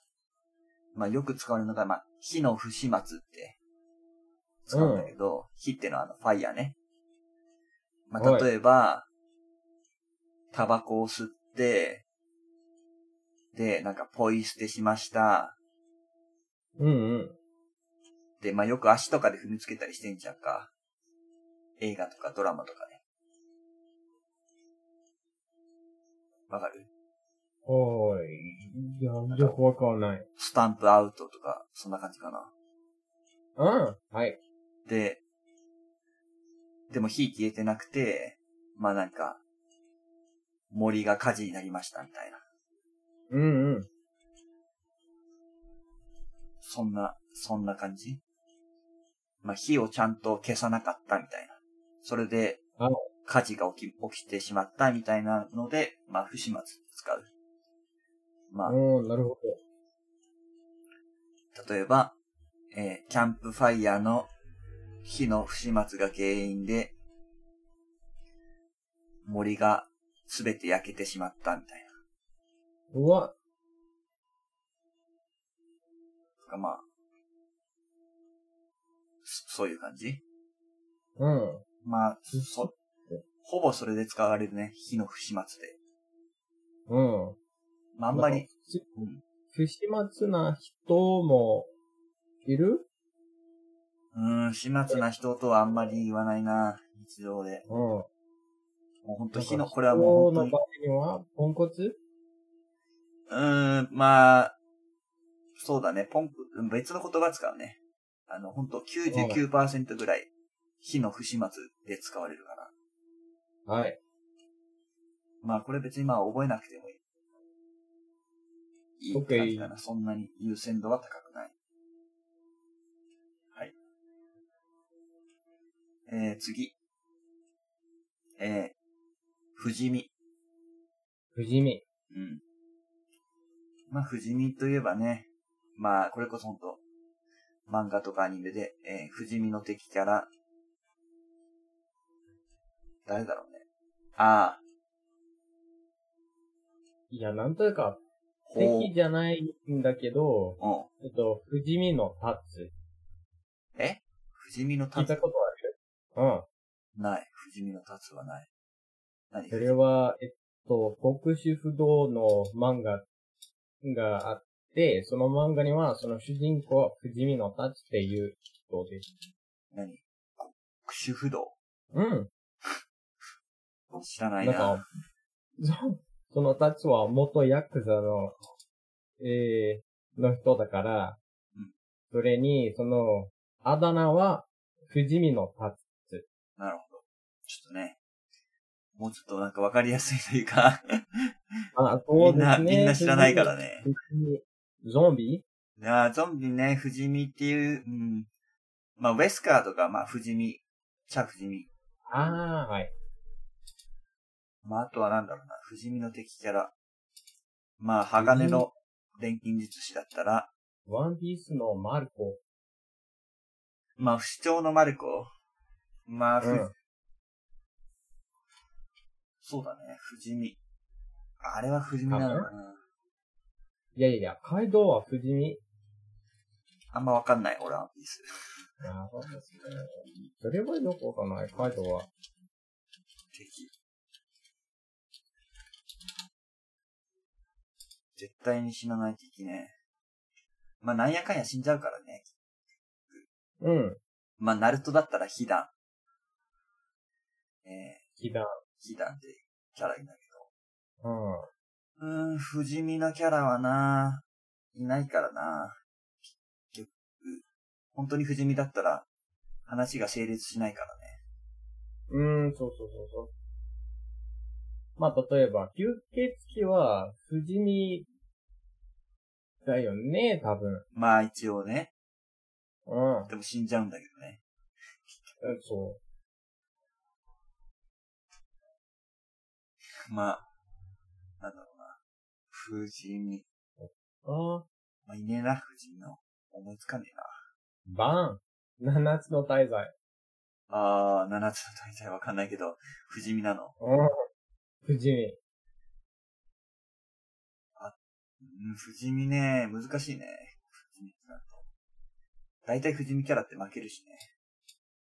[SPEAKER 1] まあよく使われるのが、まあ、火の不始末って使うんだけど、火ってのはあの、ファイヤーね。まあ
[SPEAKER 2] はい
[SPEAKER 1] 例えば、タバコを吸って、で、なんかポイ捨てしました。
[SPEAKER 2] うんうん。
[SPEAKER 1] で、まあよく足とかで踏みつけたりしてんじゃんか。映画とかドラマとかね。わかる
[SPEAKER 2] はーい。いや、よくわかんない。
[SPEAKER 1] スタンプアウトとか、そんな感じかな。
[SPEAKER 2] うん。はい。
[SPEAKER 1] で、でも火消えてなくて、まあなんか、森が火事になりましたみたいな。
[SPEAKER 2] うんうん。
[SPEAKER 1] そんな、そんな感じまあ火をちゃんと消さなかったみたいな。それで
[SPEAKER 2] あ、
[SPEAKER 1] 火事が起き、起きてしまったみたいなので、まあ不始末って使う。まあ、
[SPEAKER 2] うん、なるほ
[SPEAKER 1] 例えば、えーキャンプファイヤーの火の不始末が原因で、森がすべて焼けてしまったみたいな。
[SPEAKER 2] ど。うわ。
[SPEAKER 1] とかまあ、そそういう感じ
[SPEAKER 2] うん。
[SPEAKER 1] まあ、そ、ほぼそれで使われるね、火の不始末で。
[SPEAKER 2] うん。
[SPEAKER 1] まああんまり、。うん
[SPEAKER 2] 不始末な人も、いる
[SPEAKER 1] うーん、始末な人とはあんまり言わないな、日常で。
[SPEAKER 2] うん。
[SPEAKER 1] もうほんと火の、これはもう本
[SPEAKER 2] 人
[SPEAKER 1] 当
[SPEAKER 2] の
[SPEAKER 1] に
[SPEAKER 2] 場合には、ポンコツ
[SPEAKER 1] うーん、まあ、そうだね、ポンコ、別の言葉使うね。あの、ほんと99%ぐらい、火の不始末で使われるかな。
[SPEAKER 2] はい。
[SPEAKER 1] まあ、これ別にまあ覚えなくてもいい。いいって感じかな。そんなに優先度は高くない。はい。えー、次。えー、不死身。
[SPEAKER 2] 不死身。
[SPEAKER 1] うん。まあ、不死身といえばね、まあ、これこそ本当漫画とかアニメで、えー、不死身の敵キャラ、誰だろうね。ああ、
[SPEAKER 2] いや、なんというか、
[SPEAKER 1] ほう
[SPEAKER 2] 敵じゃないんだけど、
[SPEAKER 1] うん。
[SPEAKER 2] えっと、不死身のタッツ。
[SPEAKER 1] え不死身の
[SPEAKER 2] 聞い
[SPEAKER 1] 立
[SPEAKER 2] た
[SPEAKER 1] つ
[SPEAKER 2] ことある
[SPEAKER 1] ない。不死身の立つはない。何
[SPEAKER 2] うん。それは、えっと、国主不動の漫画があって、その漫画には、その主人公、不死身のタッツっていう人です。
[SPEAKER 1] 何こ主不動
[SPEAKER 2] うん。
[SPEAKER 1] 知らない
[SPEAKER 2] な
[SPEAKER 1] な。
[SPEAKER 2] んか、そそのタッツは元ヤクザの、えー、の人だから
[SPEAKER 1] うん、
[SPEAKER 2] それに、その、あだ名は、不死身のタッツ。
[SPEAKER 1] なるほど。ちょっとね。もうちょっとなんかわかりやすいというか、
[SPEAKER 2] あ、そ
[SPEAKER 1] み
[SPEAKER 2] うんで
[SPEAKER 1] な、
[SPEAKER 2] すね。
[SPEAKER 1] みんな知らないからね。
[SPEAKER 2] 藤井。ゾンビ
[SPEAKER 1] いやーゾンビね、不死身っていう、うん。まあ、ウェスカーとか、まあ、不死身、チャ不死身。
[SPEAKER 2] ああ、はい。
[SPEAKER 1] まあ、あとはなんだろうな、不死身の敵キャラ。まあ、鋼の錬金術師だったら、
[SPEAKER 2] ワンピースのマルコ。
[SPEAKER 1] まあ、不死鳥のマルコ。まあ、ふ
[SPEAKER 2] うん
[SPEAKER 1] そうだね、不死身。あれは不死身なのかな。
[SPEAKER 2] いやいやいや、カイドウは不死身。
[SPEAKER 1] あんまわかんない、俺はワンピース。
[SPEAKER 2] ああ、そうですね。それはよくわかんない、カイドウは。
[SPEAKER 1] 敵。絶対に死なない敵ね。まあ、なんやかんや死んじゃうからね。
[SPEAKER 2] うん。
[SPEAKER 1] まあ、ナルトだったらヒダン。え
[SPEAKER 2] 気だ。
[SPEAKER 1] ー、ヒダンってキャラいない
[SPEAKER 2] うん。
[SPEAKER 1] けど。うーん、不死身なキャラはな、いないからな。結局、本当に不死身だったら、話が成立しないからね。
[SPEAKER 2] うーん、そうそうそうそう。まあ、例えば、吸血鬼は、不死身だよね、多分。
[SPEAKER 1] まあ、一応ね。
[SPEAKER 2] うん。
[SPEAKER 1] でも死んじゃうんだけどね。
[SPEAKER 2] そ
[SPEAKER 1] まあ、なんだろうな。不死身。
[SPEAKER 2] う。ああ。
[SPEAKER 1] まあ、いねえな、不死身の。思いつかねえな。
[SPEAKER 2] バーン。七つの大罪。
[SPEAKER 1] あー、七つの大罪わかんないけど、不死身なの。
[SPEAKER 2] うん。不死身。
[SPEAKER 1] うん、不死身ね、難しいね。不死身ってなると。大体不死身キャラって負けるしね。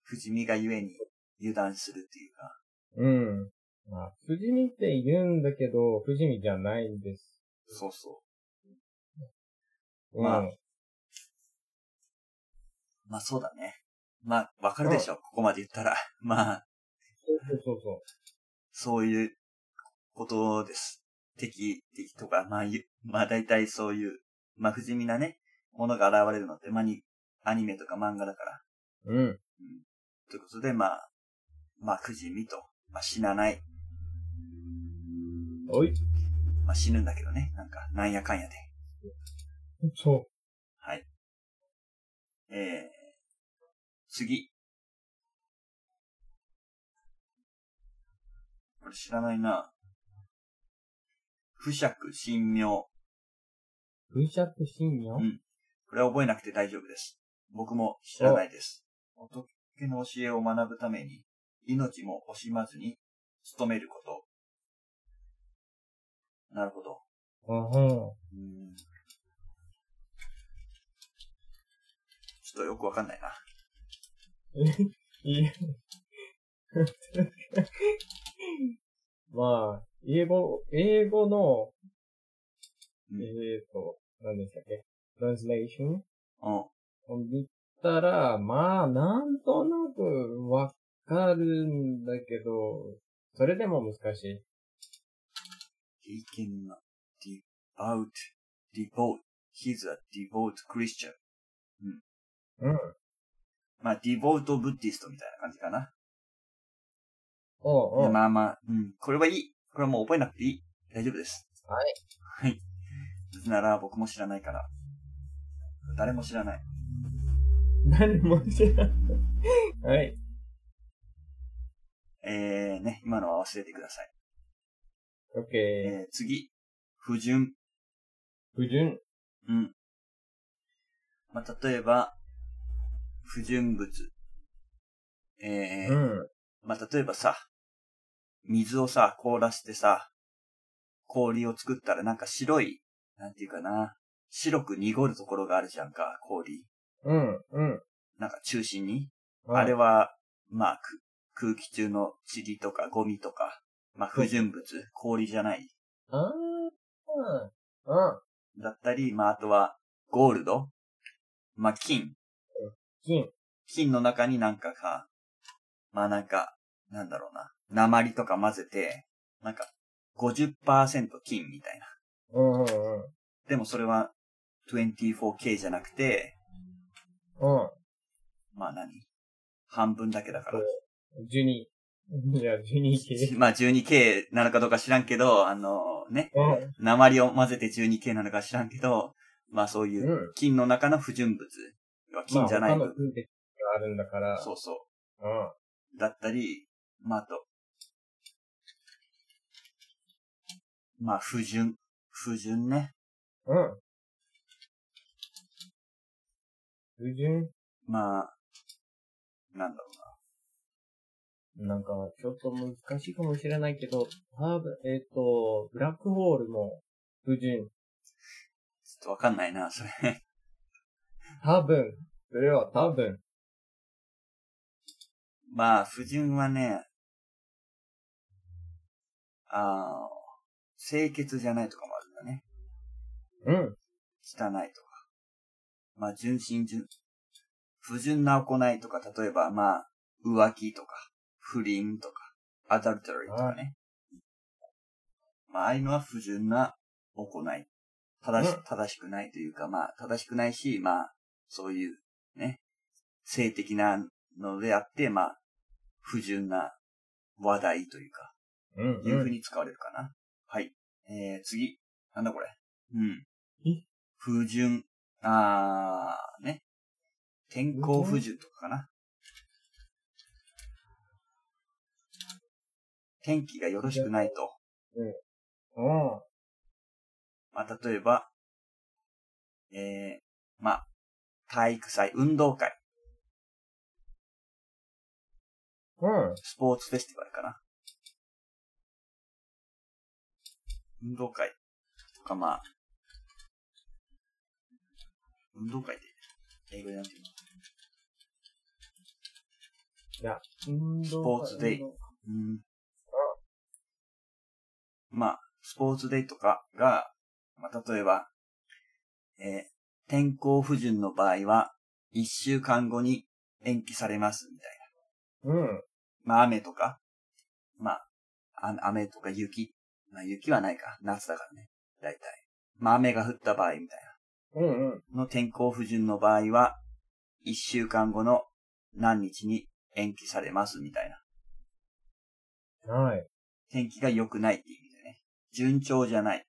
[SPEAKER 1] 不死身がゆえに油断するっていうか。
[SPEAKER 2] うん。まあ、不死身って言うんだけど、不死身じゃないんです。
[SPEAKER 1] そうそ
[SPEAKER 2] うん。
[SPEAKER 1] まあう。まあそうだね。まあ、わかるでしょ、ここまで言ったら。 まあ、
[SPEAKER 2] そうそうそ
[SPEAKER 1] そういうことです。敵、敵とか、まあ、ゆまあ大体そういう、まあ不死身なね、ものが現れるのって、まあに、アニメとか漫画だから。
[SPEAKER 2] う。うん。
[SPEAKER 1] うん。ということで、まあ、まあ不死身と、まあ死なない。
[SPEAKER 2] おい。
[SPEAKER 1] まあ死ぬんだけどね。なんか、なんやかんやで。
[SPEAKER 2] そ
[SPEAKER 1] はい。えー、次。これ知らないな。不釈神妙。
[SPEAKER 2] う。不釈信
[SPEAKER 1] う
[SPEAKER 2] よ。
[SPEAKER 1] ん。これは覚えなくて大丈夫です。僕も知らないです。仏の教えを学ぶために、命も惜しまずに、努めること。なるほど。
[SPEAKER 2] うん。うん。
[SPEAKER 1] うん。ちょっとよくわかんないな。
[SPEAKER 2] いや。まあ、英語、英語の、
[SPEAKER 1] うん
[SPEAKER 2] えっ、ー、と、何でしたっけトランスレーション
[SPEAKER 1] うん。
[SPEAKER 2] を見たら、まあ、なんとなくわかるんだけど、それでも難しい。
[SPEAKER 1] taken devout, devout, he's a devout Christian.
[SPEAKER 2] うん。
[SPEAKER 1] まあ、devout Buddhist みたいな感じかな。
[SPEAKER 2] おうおう。
[SPEAKER 1] まあまあ、うん。これはいい。これはもう覚えなくていい。大丈夫です。。
[SPEAKER 2] はい
[SPEAKER 1] はい。なぜなら僕も知らないから。誰も知らない。
[SPEAKER 2] 何も知らない。はい。
[SPEAKER 1] えー、ね、今のは忘れてください。
[SPEAKER 2] オッケー。
[SPEAKER 1] えー、次。不純。
[SPEAKER 2] 不純。
[SPEAKER 1] うん。まあ、例えば、不純物。えー、
[SPEAKER 2] うん。
[SPEAKER 1] まあ、例えばさ、水をさ、凍らせてさ、氷を作ったらなんか白い、なんていうかな、白く濁るところがあるじゃんか、氷。
[SPEAKER 2] うん。うん。
[SPEAKER 1] なんか中心に。
[SPEAKER 2] はい
[SPEAKER 1] あれは、まあ、く空気中の塵とかゴミとか、まあ、不純物、氷じゃない。
[SPEAKER 2] あー。うん。うん。
[SPEAKER 1] だったり、まあ、あとは、ゴールドまあ、金。
[SPEAKER 2] 金。
[SPEAKER 1] 金の中になんかか、まあなんか、なんだろうな、鉛とか混ぜて、なんか、50%金みたいな。
[SPEAKER 2] うんうんうん。
[SPEAKER 1] でもそれは 24K じゃなくて、
[SPEAKER 2] う
[SPEAKER 1] まあ何半分だけだから。
[SPEAKER 2] ん。12。じゃあ、12K。
[SPEAKER 1] まあ 12K なのかどうか知らんけど、あのね、
[SPEAKER 2] うん。
[SPEAKER 1] 鉛を混ぜて 12K なのか知らんけど、まあそういう
[SPEAKER 2] うん。
[SPEAKER 1] 金の中の不純物。要は金じゃない
[SPEAKER 2] ま
[SPEAKER 1] 部
[SPEAKER 2] あ、他の
[SPEAKER 1] 分。
[SPEAKER 2] 分別があるんだから。
[SPEAKER 1] そうそう。
[SPEAKER 2] う。うん。
[SPEAKER 1] だったり、まあ、あと、まあ、不純。不純ね。
[SPEAKER 2] うん。不純
[SPEAKER 1] まあ、なんだろ
[SPEAKER 2] なんか、ちょっと難しいかもしれないけど、ハーブ、えっ、と、ブラックホールも不純。
[SPEAKER 1] う。ちょっとわかんないな、それ。
[SPEAKER 2] 多分。それは多分。
[SPEAKER 1] まあ、不純はね、あー清潔じゃないとかもあるんだね。
[SPEAKER 2] うん。
[SPEAKER 1] 汚いとか。まあ、純真純。不純な行いとか、例えば、まあ、浮気とか、不倫とか、アダルトリーとかね。まあ、ああいうのは不純な行い。正し
[SPEAKER 2] うん、
[SPEAKER 1] 正しくないというか、まあ、正しくないし、まあ、そういう、ね、性的なのであって、まあ、不純な話題というか、
[SPEAKER 2] うん、
[SPEAKER 1] いうふ
[SPEAKER 2] う。
[SPEAKER 1] うんに使われるかな。はい。えー、次。なんだこれ。うん
[SPEAKER 2] え。
[SPEAKER 1] 不純。あー、ね。天候不順とかかな。天気がよろしくないと。
[SPEAKER 2] うん。
[SPEAKER 1] まあ、例えば、えー、まあ、体育祭、運動会、
[SPEAKER 2] うん。
[SPEAKER 1] スポーツフェスティバルかな。運動会とか、まあ、運動会って、英語でなんていうの
[SPEAKER 2] いや、運動
[SPEAKER 1] ポーツデイうんまあ、スポーツデイとかが、まあ、例えば、えー天候不順の場合は、一週間後に延期されます、みたい
[SPEAKER 2] うん。
[SPEAKER 1] な。まあ、雨とか、まあ、あ雨とか雪。まあ、雪はないか。夏だからね。だいたい。まあ、雨が降った場合、みたい
[SPEAKER 2] うんうん。
[SPEAKER 1] な。の天候不順の場合は、一週間後の何日に延期されます、みたいな。
[SPEAKER 2] はい。
[SPEAKER 1] 天気が良くないっていう意味でね。順調じゃない。っ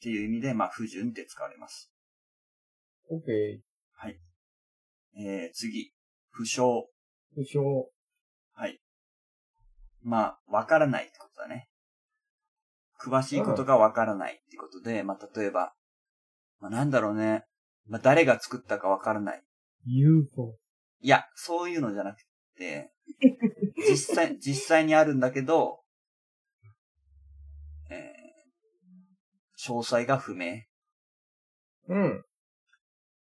[SPEAKER 1] ていう意味で、まあ、不順って使われます。
[SPEAKER 2] オッケ
[SPEAKER 1] えー、次。不詳。
[SPEAKER 2] ー。不詳。
[SPEAKER 1] はい。まあ、わからないってことだね。詳しいことがわからないってことで、まあ、例えば、まあ、なんだろうね。まあ、誰が作ったかわからない。
[SPEAKER 2] UFO。
[SPEAKER 1] いや、そういうのじゃなくて、実際、実際にあるんだけど、えー、詳細が不明。
[SPEAKER 2] うん。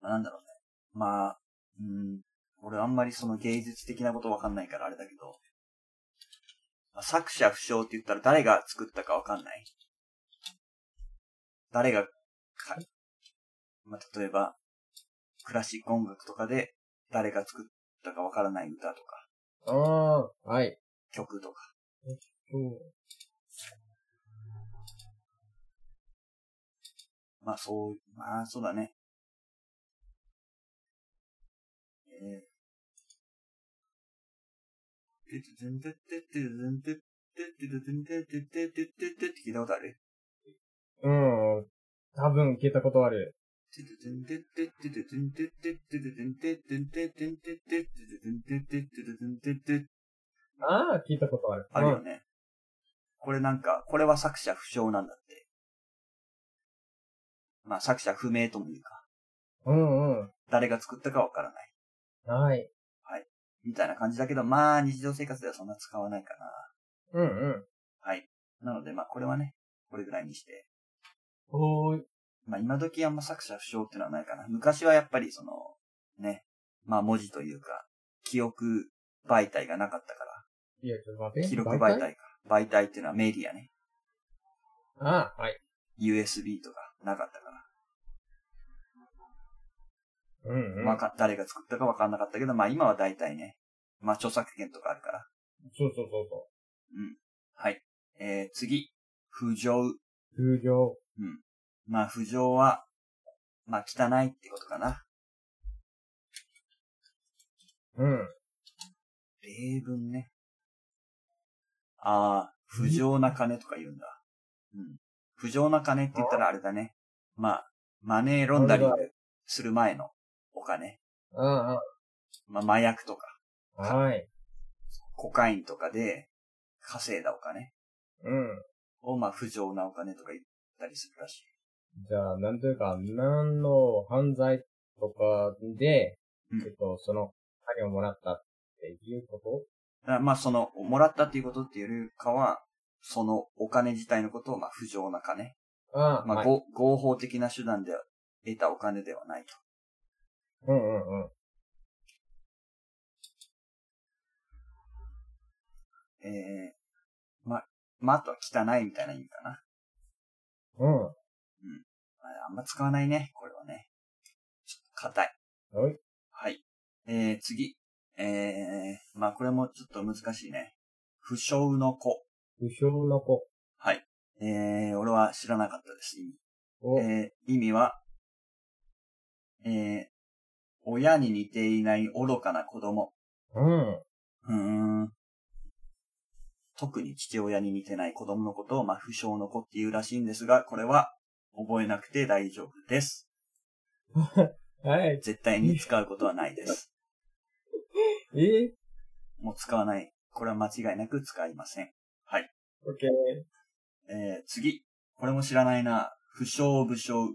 [SPEAKER 1] なんだろうね。まあ、うん、俺あんまりその芸術的なことわかんないからあれだけど、まあ作者不詳って言ったら誰が作ったかわかんない。誰が、か、まあ、例えば、クラシック音楽とかで誰が作ったかわからない歌とか、
[SPEAKER 2] ああー。はい。
[SPEAKER 1] 曲とか。
[SPEAKER 2] そう。
[SPEAKER 1] まあそう、まあそうだね。えー聞いたことある
[SPEAKER 2] うん。多分聞いたことある。ああ、聞いたことある。
[SPEAKER 1] あるよね。これなんか、これは作者不詳なんだって。まあ作者不明とも言うか。
[SPEAKER 2] うんうん。
[SPEAKER 1] 誰が作ったかわからない。
[SPEAKER 2] はい。
[SPEAKER 1] みたいな感じだけど、まあ、日常生活ではそんな使わないか
[SPEAKER 2] うんうん。
[SPEAKER 1] な。はい。なので、まあ、これはね、これぐらいにして。
[SPEAKER 2] おーい。
[SPEAKER 1] まあ、今時あんま作者不詳っていうのはないかな。昔はやっぱり、その、ね、まあ、文字というか、記憶媒体がなかったか
[SPEAKER 2] いや、ちょっと待っ
[SPEAKER 1] ら、
[SPEAKER 2] て。
[SPEAKER 1] 記録媒
[SPEAKER 2] 媒
[SPEAKER 1] 体
[SPEAKER 2] 体
[SPEAKER 1] か。媒体っていうのはメディアね。
[SPEAKER 2] ああ、はい。
[SPEAKER 1] USB とかなかったか
[SPEAKER 2] うんう
[SPEAKER 1] ら。
[SPEAKER 2] ん。
[SPEAKER 1] わか、誰が作ったかわかんなかったけど、まあ、今は大体ね、まあ、著作権とかあるから。
[SPEAKER 2] そうそうそうそ
[SPEAKER 1] うん。はい。えー、次。不条。
[SPEAKER 2] う。通常。
[SPEAKER 1] うん。まあ、不浄は、まあ、汚いってことかな。
[SPEAKER 2] うん。
[SPEAKER 1] 例文ね。ああ、不浄な金とか言うんだ。うん。不浄な金って言ったらあれだね。まあ、マネーロンダリングする前のお金。
[SPEAKER 2] あ
[SPEAKER 1] まあ、麻薬とか、
[SPEAKER 2] あ、はい。
[SPEAKER 1] コカインとかで稼いだお金
[SPEAKER 2] うん。
[SPEAKER 1] を、まあ、不浄なお金とか言ったりするらしい。
[SPEAKER 2] じゃあ、なんというか、何の犯罪とかで、
[SPEAKER 1] うん
[SPEAKER 2] えっと、その、金をもらったっていうこと
[SPEAKER 1] あまあ、その、もらったっていうことっていうよりかは、そのお金自体のことを、まあ、不浄な金。
[SPEAKER 2] ああ、
[SPEAKER 1] まあ、
[SPEAKER 2] はい
[SPEAKER 1] ご合法的な手段で得たお金ではないと。
[SPEAKER 2] うんうんうん。
[SPEAKER 1] ええまあ、まあ、あとは汚いみたいな意味かな。
[SPEAKER 2] うん。
[SPEAKER 1] まああんま使わないね、これはね。ちょっと硬い。
[SPEAKER 2] はい。
[SPEAKER 1] はい。えー、次。えー、まあ、これもちょっと難しいね。不詳の子。
[SPEAKER 2] 不詳の子
[SPEAKER 1] はい。えー、俺は知らなかったです、意味。
[SPEAKER 2] を、
[SPEAKER 1] えー意味は、えー親に似ていない愚かな子供。
[SPEAKER 2] うん。
[SPEAKER 1] うーん。特に父親に似てない子供のことを、まあ、不詳の子っていうらしいんですが、これは覚えなくて大丈夫です。
[SPEAKER 2] はい。
[SPEAKER 1] 絶対に使うことはないです。
[SPEAKER 2] え
[SPEAKER 1] もう使わない。これは間違いなく使いません。
[SPEAKER 2] オッケー。
[SPEAKER 1] えー次。これも知らないな。不詳不詳。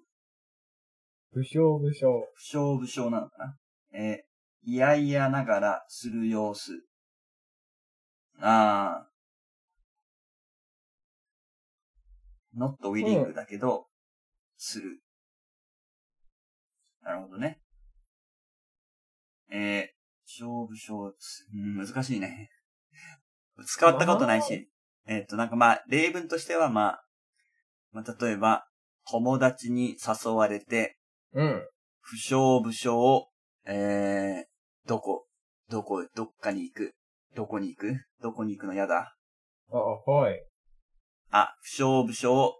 [SPEAKER 2] 不詳不詳。
[SPEAKER 1] 不詳不詳なのかなえー、いやいやながらする様子。あー。not willing だけど、する。なるほどね。えー、不詳不詳、うん難しいね。使ったことないし。えーっ、と、なんかまあ、例文としてはまあ、まあ、例えば、友達に誘われて、
[SPEAKER 2] うん。
[SPEAKER 1] 不詳不詳を、えー、どこ、どこ、どっかに行く、どこに行く、どこに行くのやだ。
[SPEAKER 2] あ、はい。
[SPEAKER 1] あ、不詳不詳を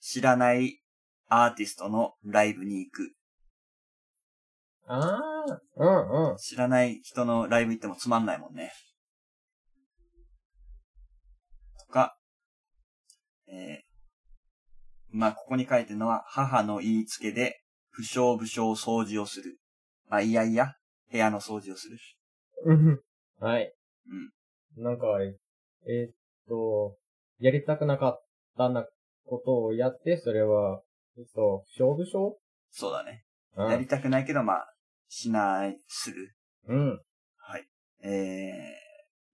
[SPEAKER 1] 知らないアーティストのライブに行く。
[SPEAKER 2] ああ、うんうん。
[SPEAKER 1] 知らない人のライブ行ってもつまんないもんね。とか、えー、まあ、ここに書いてるのは、母の言いつけで、不詳不詳掃除をする。まあ、いやいや、部屋の掃除をする。
[SPEAKER 2] うんはい。
[SPEAKER 1] うん。
[SPEAKER 2] なんか、ええーっと、やりたくなかったなことをやって、それは、えっと、不詳不詳
[SPEAKER 1] そうだね。
[SPEAKER 2] う
[SPEAKER 1] やり
[SPEAKER 2] ん。
[SPEAKER 1] たくないけど、まあ、しない、する。
[SPEAKER 2] うん。
[SPEAKER 1] はい。えー、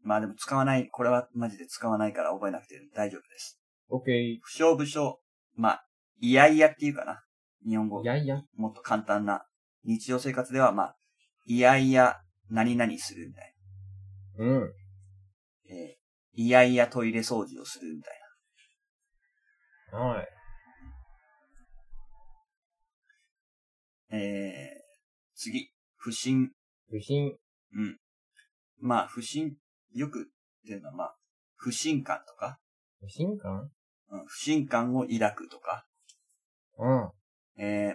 [SPEAKER 1] まあでも使わない、これはマジで使わないから覚えなくて大丈夫です。
[SPEAKER 2] オッケー。
[SPEAKER 1] 不詳不詳、まあ、いやいやっていうかな。日本語
[SPEAKER 2] い。やいや。
[SPEAKER 1] もっと簡単な。日常生活では、まあ、いやいや、何々するみたい
[SPEAKER 2] うん。
[SPEAKER 1] な。えー、いやいやトイレ掃除をするみたい
[SPEAKER 2] はい。
[SPEAKER 1] な。えー、次、不審。
[SPEAKER 2] 不審。
[SPEAKER 1] うん。まあ、不審、よくっていうのは、まあ、不信感とか、
[SPEAKER 2] 不信感
[SPEAKER 1] うん不信感を抱くとか、
[SPEAKER 2] うん。
[SPEAKER 1] えー、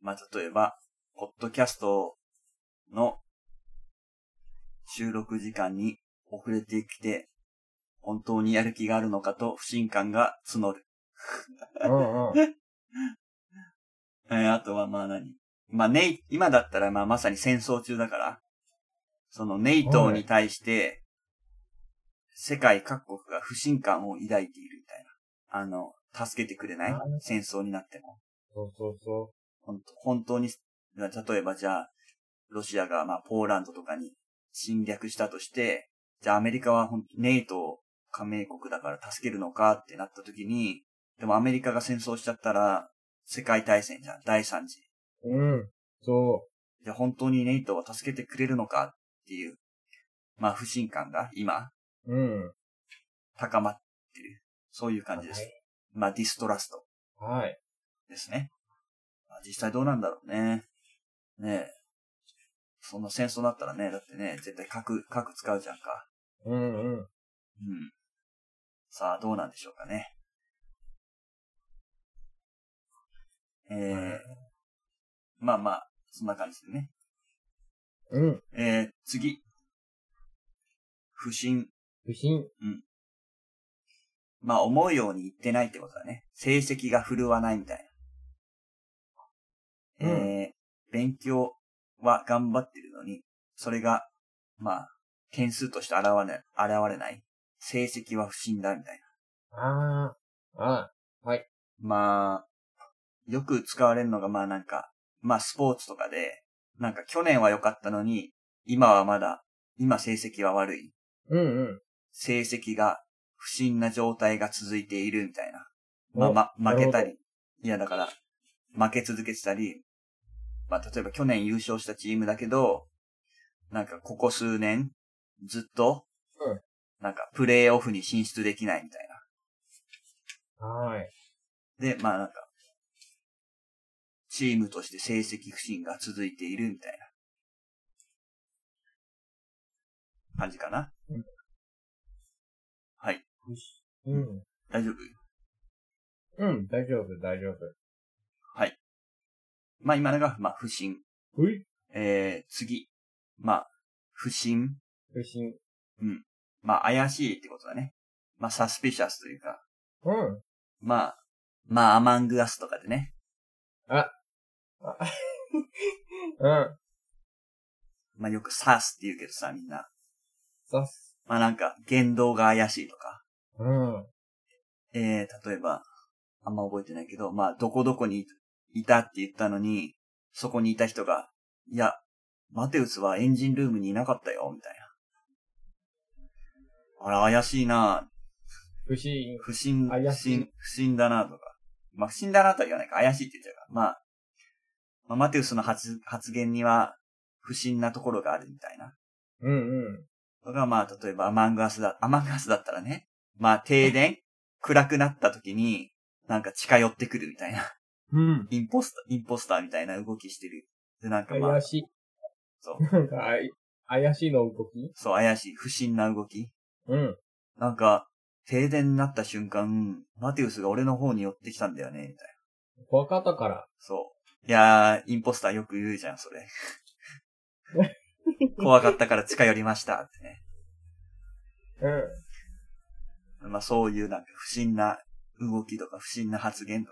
[SPEAKER 1] まあ、例えば、ポッドキャストの収録時間に遅れてきて、本当にやる気があるのかと不信感が募る。
[SPEAKER 2] うん うん。
[SPEAKER 1] えー、あとはまあ何まあネイ、今だったらまあまさに戦争中だから、そのネイトに対して、世界各国が不信感を抱いているみたいな。あの、助けてくれない
[SPEAKER 2] あー
[SPEAKER 1] 戦争になっても。
[SPEAKER 2] そうそうそ
[SPEAKER 1] 本当本当に、例えばじゃあ、ロシアがまあポーランドとかに侵略したとして、じゃあアメリカは本当ネイト加盟国だから助けるのかってなった時に、でもアメリカが戦争しちゃったら、世界大戦じゃん、第三次。
[SPEAKER 2] う。うん。そ
[SPEAKER 1] じゃあ本当にネイトは助けてくれるのかっていう、まあ不信感が今
[SPEAKER 2] う。うん。
[SPEAKER 1] 高まってる。そういう感じです。まあディストラスト
[SPEAKER 2] はい。
[SPEAKER 1] ですね。まあ、実際どうなんだろうね。ねえ。そんな戦争だったらね、だってね、絶対核、核使うじゃんか。
[SPEAKER 2] うんうん。
[SPEAKER 1] うん。さあどうなんでしょうかね。えー、まあまあ、そんな感じでね。
[SPEAKER 2] うん。
[SPEAKER 1] えー、次。不審。
[SPEAKER 2] 不審。
[SPEAKER 1] まあ思うようにいってないってことだね。成績が振るわないみたいな。
[SPEAKER 2] うん
[SPEAKER 1] えー、勉強は頑張ってるのに、それが、まあ、点数として現れない、現れない。成績は不振だみたい
[SPEAKER 2] ああ、あ
[SPEAKER 1] な。まあ、よく使われるのがまあなんか、まあスポーツとかで、なんか去年は良かったのに、今はまだ、今成績は悪い。
[SPEAKER 2] うんうん。
[SPEAKER 1] 成績が不審な状態が続いているみたいな。
[SPEAKER 2] お
[SPEAKER 1] まあ、ま、
[SPEAKER 2] なる
[SPEAKER 1] 負け
[SPEAKER 2] ほど
[SPEAKER 1] たり。いや、だから、負け続けてたり、まあ、例えば去年優勝したチームだけど、なんかここ数年、ずっと
[SPEAKER 2] うん、
[SPEAKER 1] なんかプレイオフに進出できないみたい
[SPEAKER 2] はい。
[SPEAKER 1] な。で、まあなんか、チームとして成績不振が続いているみたいな。感じかな
[SPEAKER 2] うん。
[SPEAKER 1] はい。
[SPEAKER 2] うん。
[SPEAKER 1] 大丈夫
[SPEAKER 2] うん、大丈夫、大丈夫。
[SPEAKER 1] まあ今のが、まあ不審。
[SPEAKER 2] うい
[SPEAKER 1] えー、次。まあ、不審。
[SPEAKER 2] 不審。
[SPEAKER 1] まあ怪しいってことだね。まあサスピシャスというか。
[SPEAKER 2] うん。
[SPEAKER 1] まあ、まあアマングアスとかでね。
[SPEAKER 2] あうん。
[SPEAKER 1] まあよくサスって言うけどさ、みんな。
[SPEAKER 2] さす。
[SPEAKER 1] まあなんか言動が怪しいとか。
[SPEAKER 2] うん。
[SPEAKER 1] えー、例えば、あんま覚えてないけど、まあどこどこにいたって言ったのに、そこにいた人が、いや、マテウスはエンジンルームにいなかったよ、みたいな。あら、怪しいな
[SPEAKER 2] 不審。
[SPEAKER 1] 不審、
[SPEAKER 2] 怪
[SPEAKER 1] 不
[SPEAKER 2] しい
[SPEAKER 1] 審、不審だなとか。まあ、不審だなとは言わないか。怪しいって言っちゃうから。まあ、まあ、マテウスの発発言には不審なところがあるみたいな。
[SPEAKER 2] うんうん。
[SPEAKER 1] とか、まあ、例えばアマングアスだ、アマングアスだったらね、まあ、停電 暗くなった時に、なんか近寄ってくるみたいな。
[SPEAKER 2] うん。
[SPEAKER 1] インポスター、インポスターみたいな動きしてる。で、なんかまあ
[SPEAKER 2] 怪、しい。
[SPEAKER 1] そう、
[SPEAKER 2] なんか、あい怪しいの動き
[SPEAKER 1] そう、怪しい、不審な動き。
[SPEAKER 2] うん。
[SPEAKER 1] なんか、停電になった瞬間、マテウスが俺の方に寄ってきたんだよね、みたいな。
[SPEAKER 2] 怖かったから。
[SPEAKER 1] そう。いやー、インポスターよく言うじゃん、それ。怖かったから近寄りましたってね。
[SPEAKER 2] う
[SPEAKER 1] まあそういうなんか不審な動きとか不審な発言と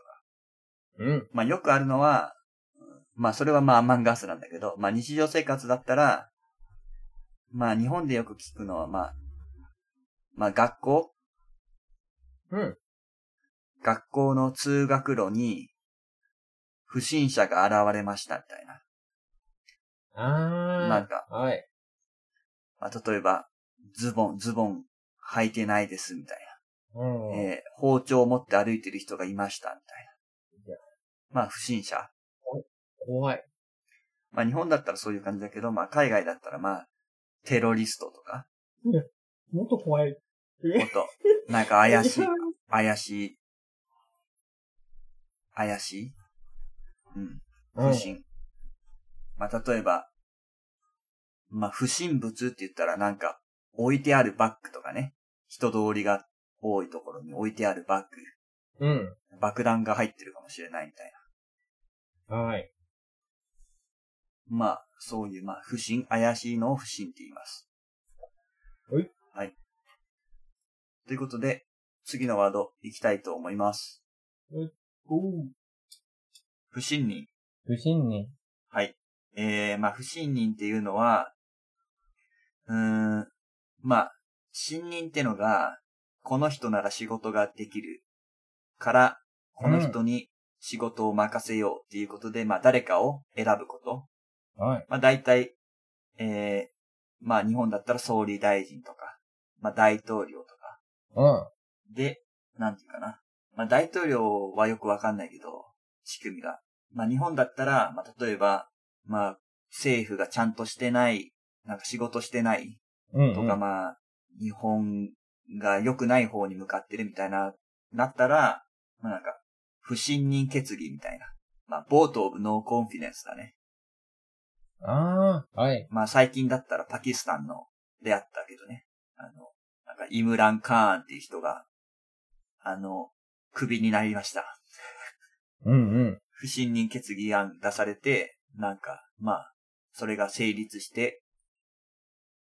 [SPEAKER 1] か。
[SPEAKER 2] ん。うん。
[SPEAKER 1] まあよくあるのは、うんまあそれはまあアマンガスなんだけど、まあ日常生活だったら、まあ日本でよく聞くのはまあ、まあ学校
[SPEAKER 2] うん。
[SPEAKER 1] 学校の通学路に不審者が現れましたみたいな。
[SPEAKER 2] あー。
[SPEAKER 1] なんか
[SPEAKER 2] はい。
[SPEAKER 1] まあ例えば、ズボン、ズボン履いてないですみたいな。
[SPEAKER 2] うん。
[SPEAKER 1] えー包丁を持って歩いてる人がいました、みたい
[SPEAKER 2] いや
[SPEAKER 1] な。まあ、不審者。
[SPEAKER 2] 怖い。
[SPEAKER 1] まあ、日本だったらそういう感じだけど、まあ、海外だったらまあ、テロリストとか、
[SPEAKER 2] もっと怖い。
[SPEAKER 1] もっと、なんか怪しい
[SPEAKER 2] や、
[SPEAKER 1] 怪しい、怪しいうん。
[SPEAKER 2] うん
[SPEAKER 1] 不審。まあ、例えば、まあ、不審物って言ったらなんか、置いてあるバッグとかね。人通りが多いところに置いてあるバッ
[SPEAKER 2] うん。
[SPEAKER 1] グ。爆弾が入ってるかもしれないみたいな。
[SPEAKER 2] はい。
[SPEAKER 1] まあ、そういう、まあ、不審、怪しいのを不審って言います。
[SPEAKER 2] はい。
[SPEAKER 1] はい。ということで、次のワード、行きたいと思います。不信任。
[SPEAKER 2] 不審に。
[SPEAKER 1] はい。えー、まあ、不信任っていうのは、うーん、まあ、信任ってのが、この人なら仕事ができるから、この人に仕事を任せようっていうことで、まあ、誰かを選ぶこと。
[SPEAKER 2] はい。
[SPEAKER 1] まあ大体、ええまあ日本だったら総理大臣とか、まあ大統領とか。
[SPEAKER 2] うん。
[SPEAKER 1] で、なんていうかな。まあ大統領はよくわかんないけど、仕組みが。まあ日本だったら、まあ例えば、まあ政府がちゃんとしてない、なんか仕事してない
[SPEAKER 2] うん、
[SPEAKER 1] とか、まあ日本が良くない方に向かってるみたいな、なったら、まあなんか、不信任決議みたいな。まあ、ボートオブノーコンフィデンスだね。
[SPEAKER 2] ああ、はい。
[SPEAKER 1] まあ最近だったらパキスタンのであったけどね。あの、なんかイムラン・カーンっていう人が、あの、クビになりました。
[SPEAKER 2] うんうん。
[SPEAKER 1] 不信任決議案出されて、なんか、まあ、それが成立して、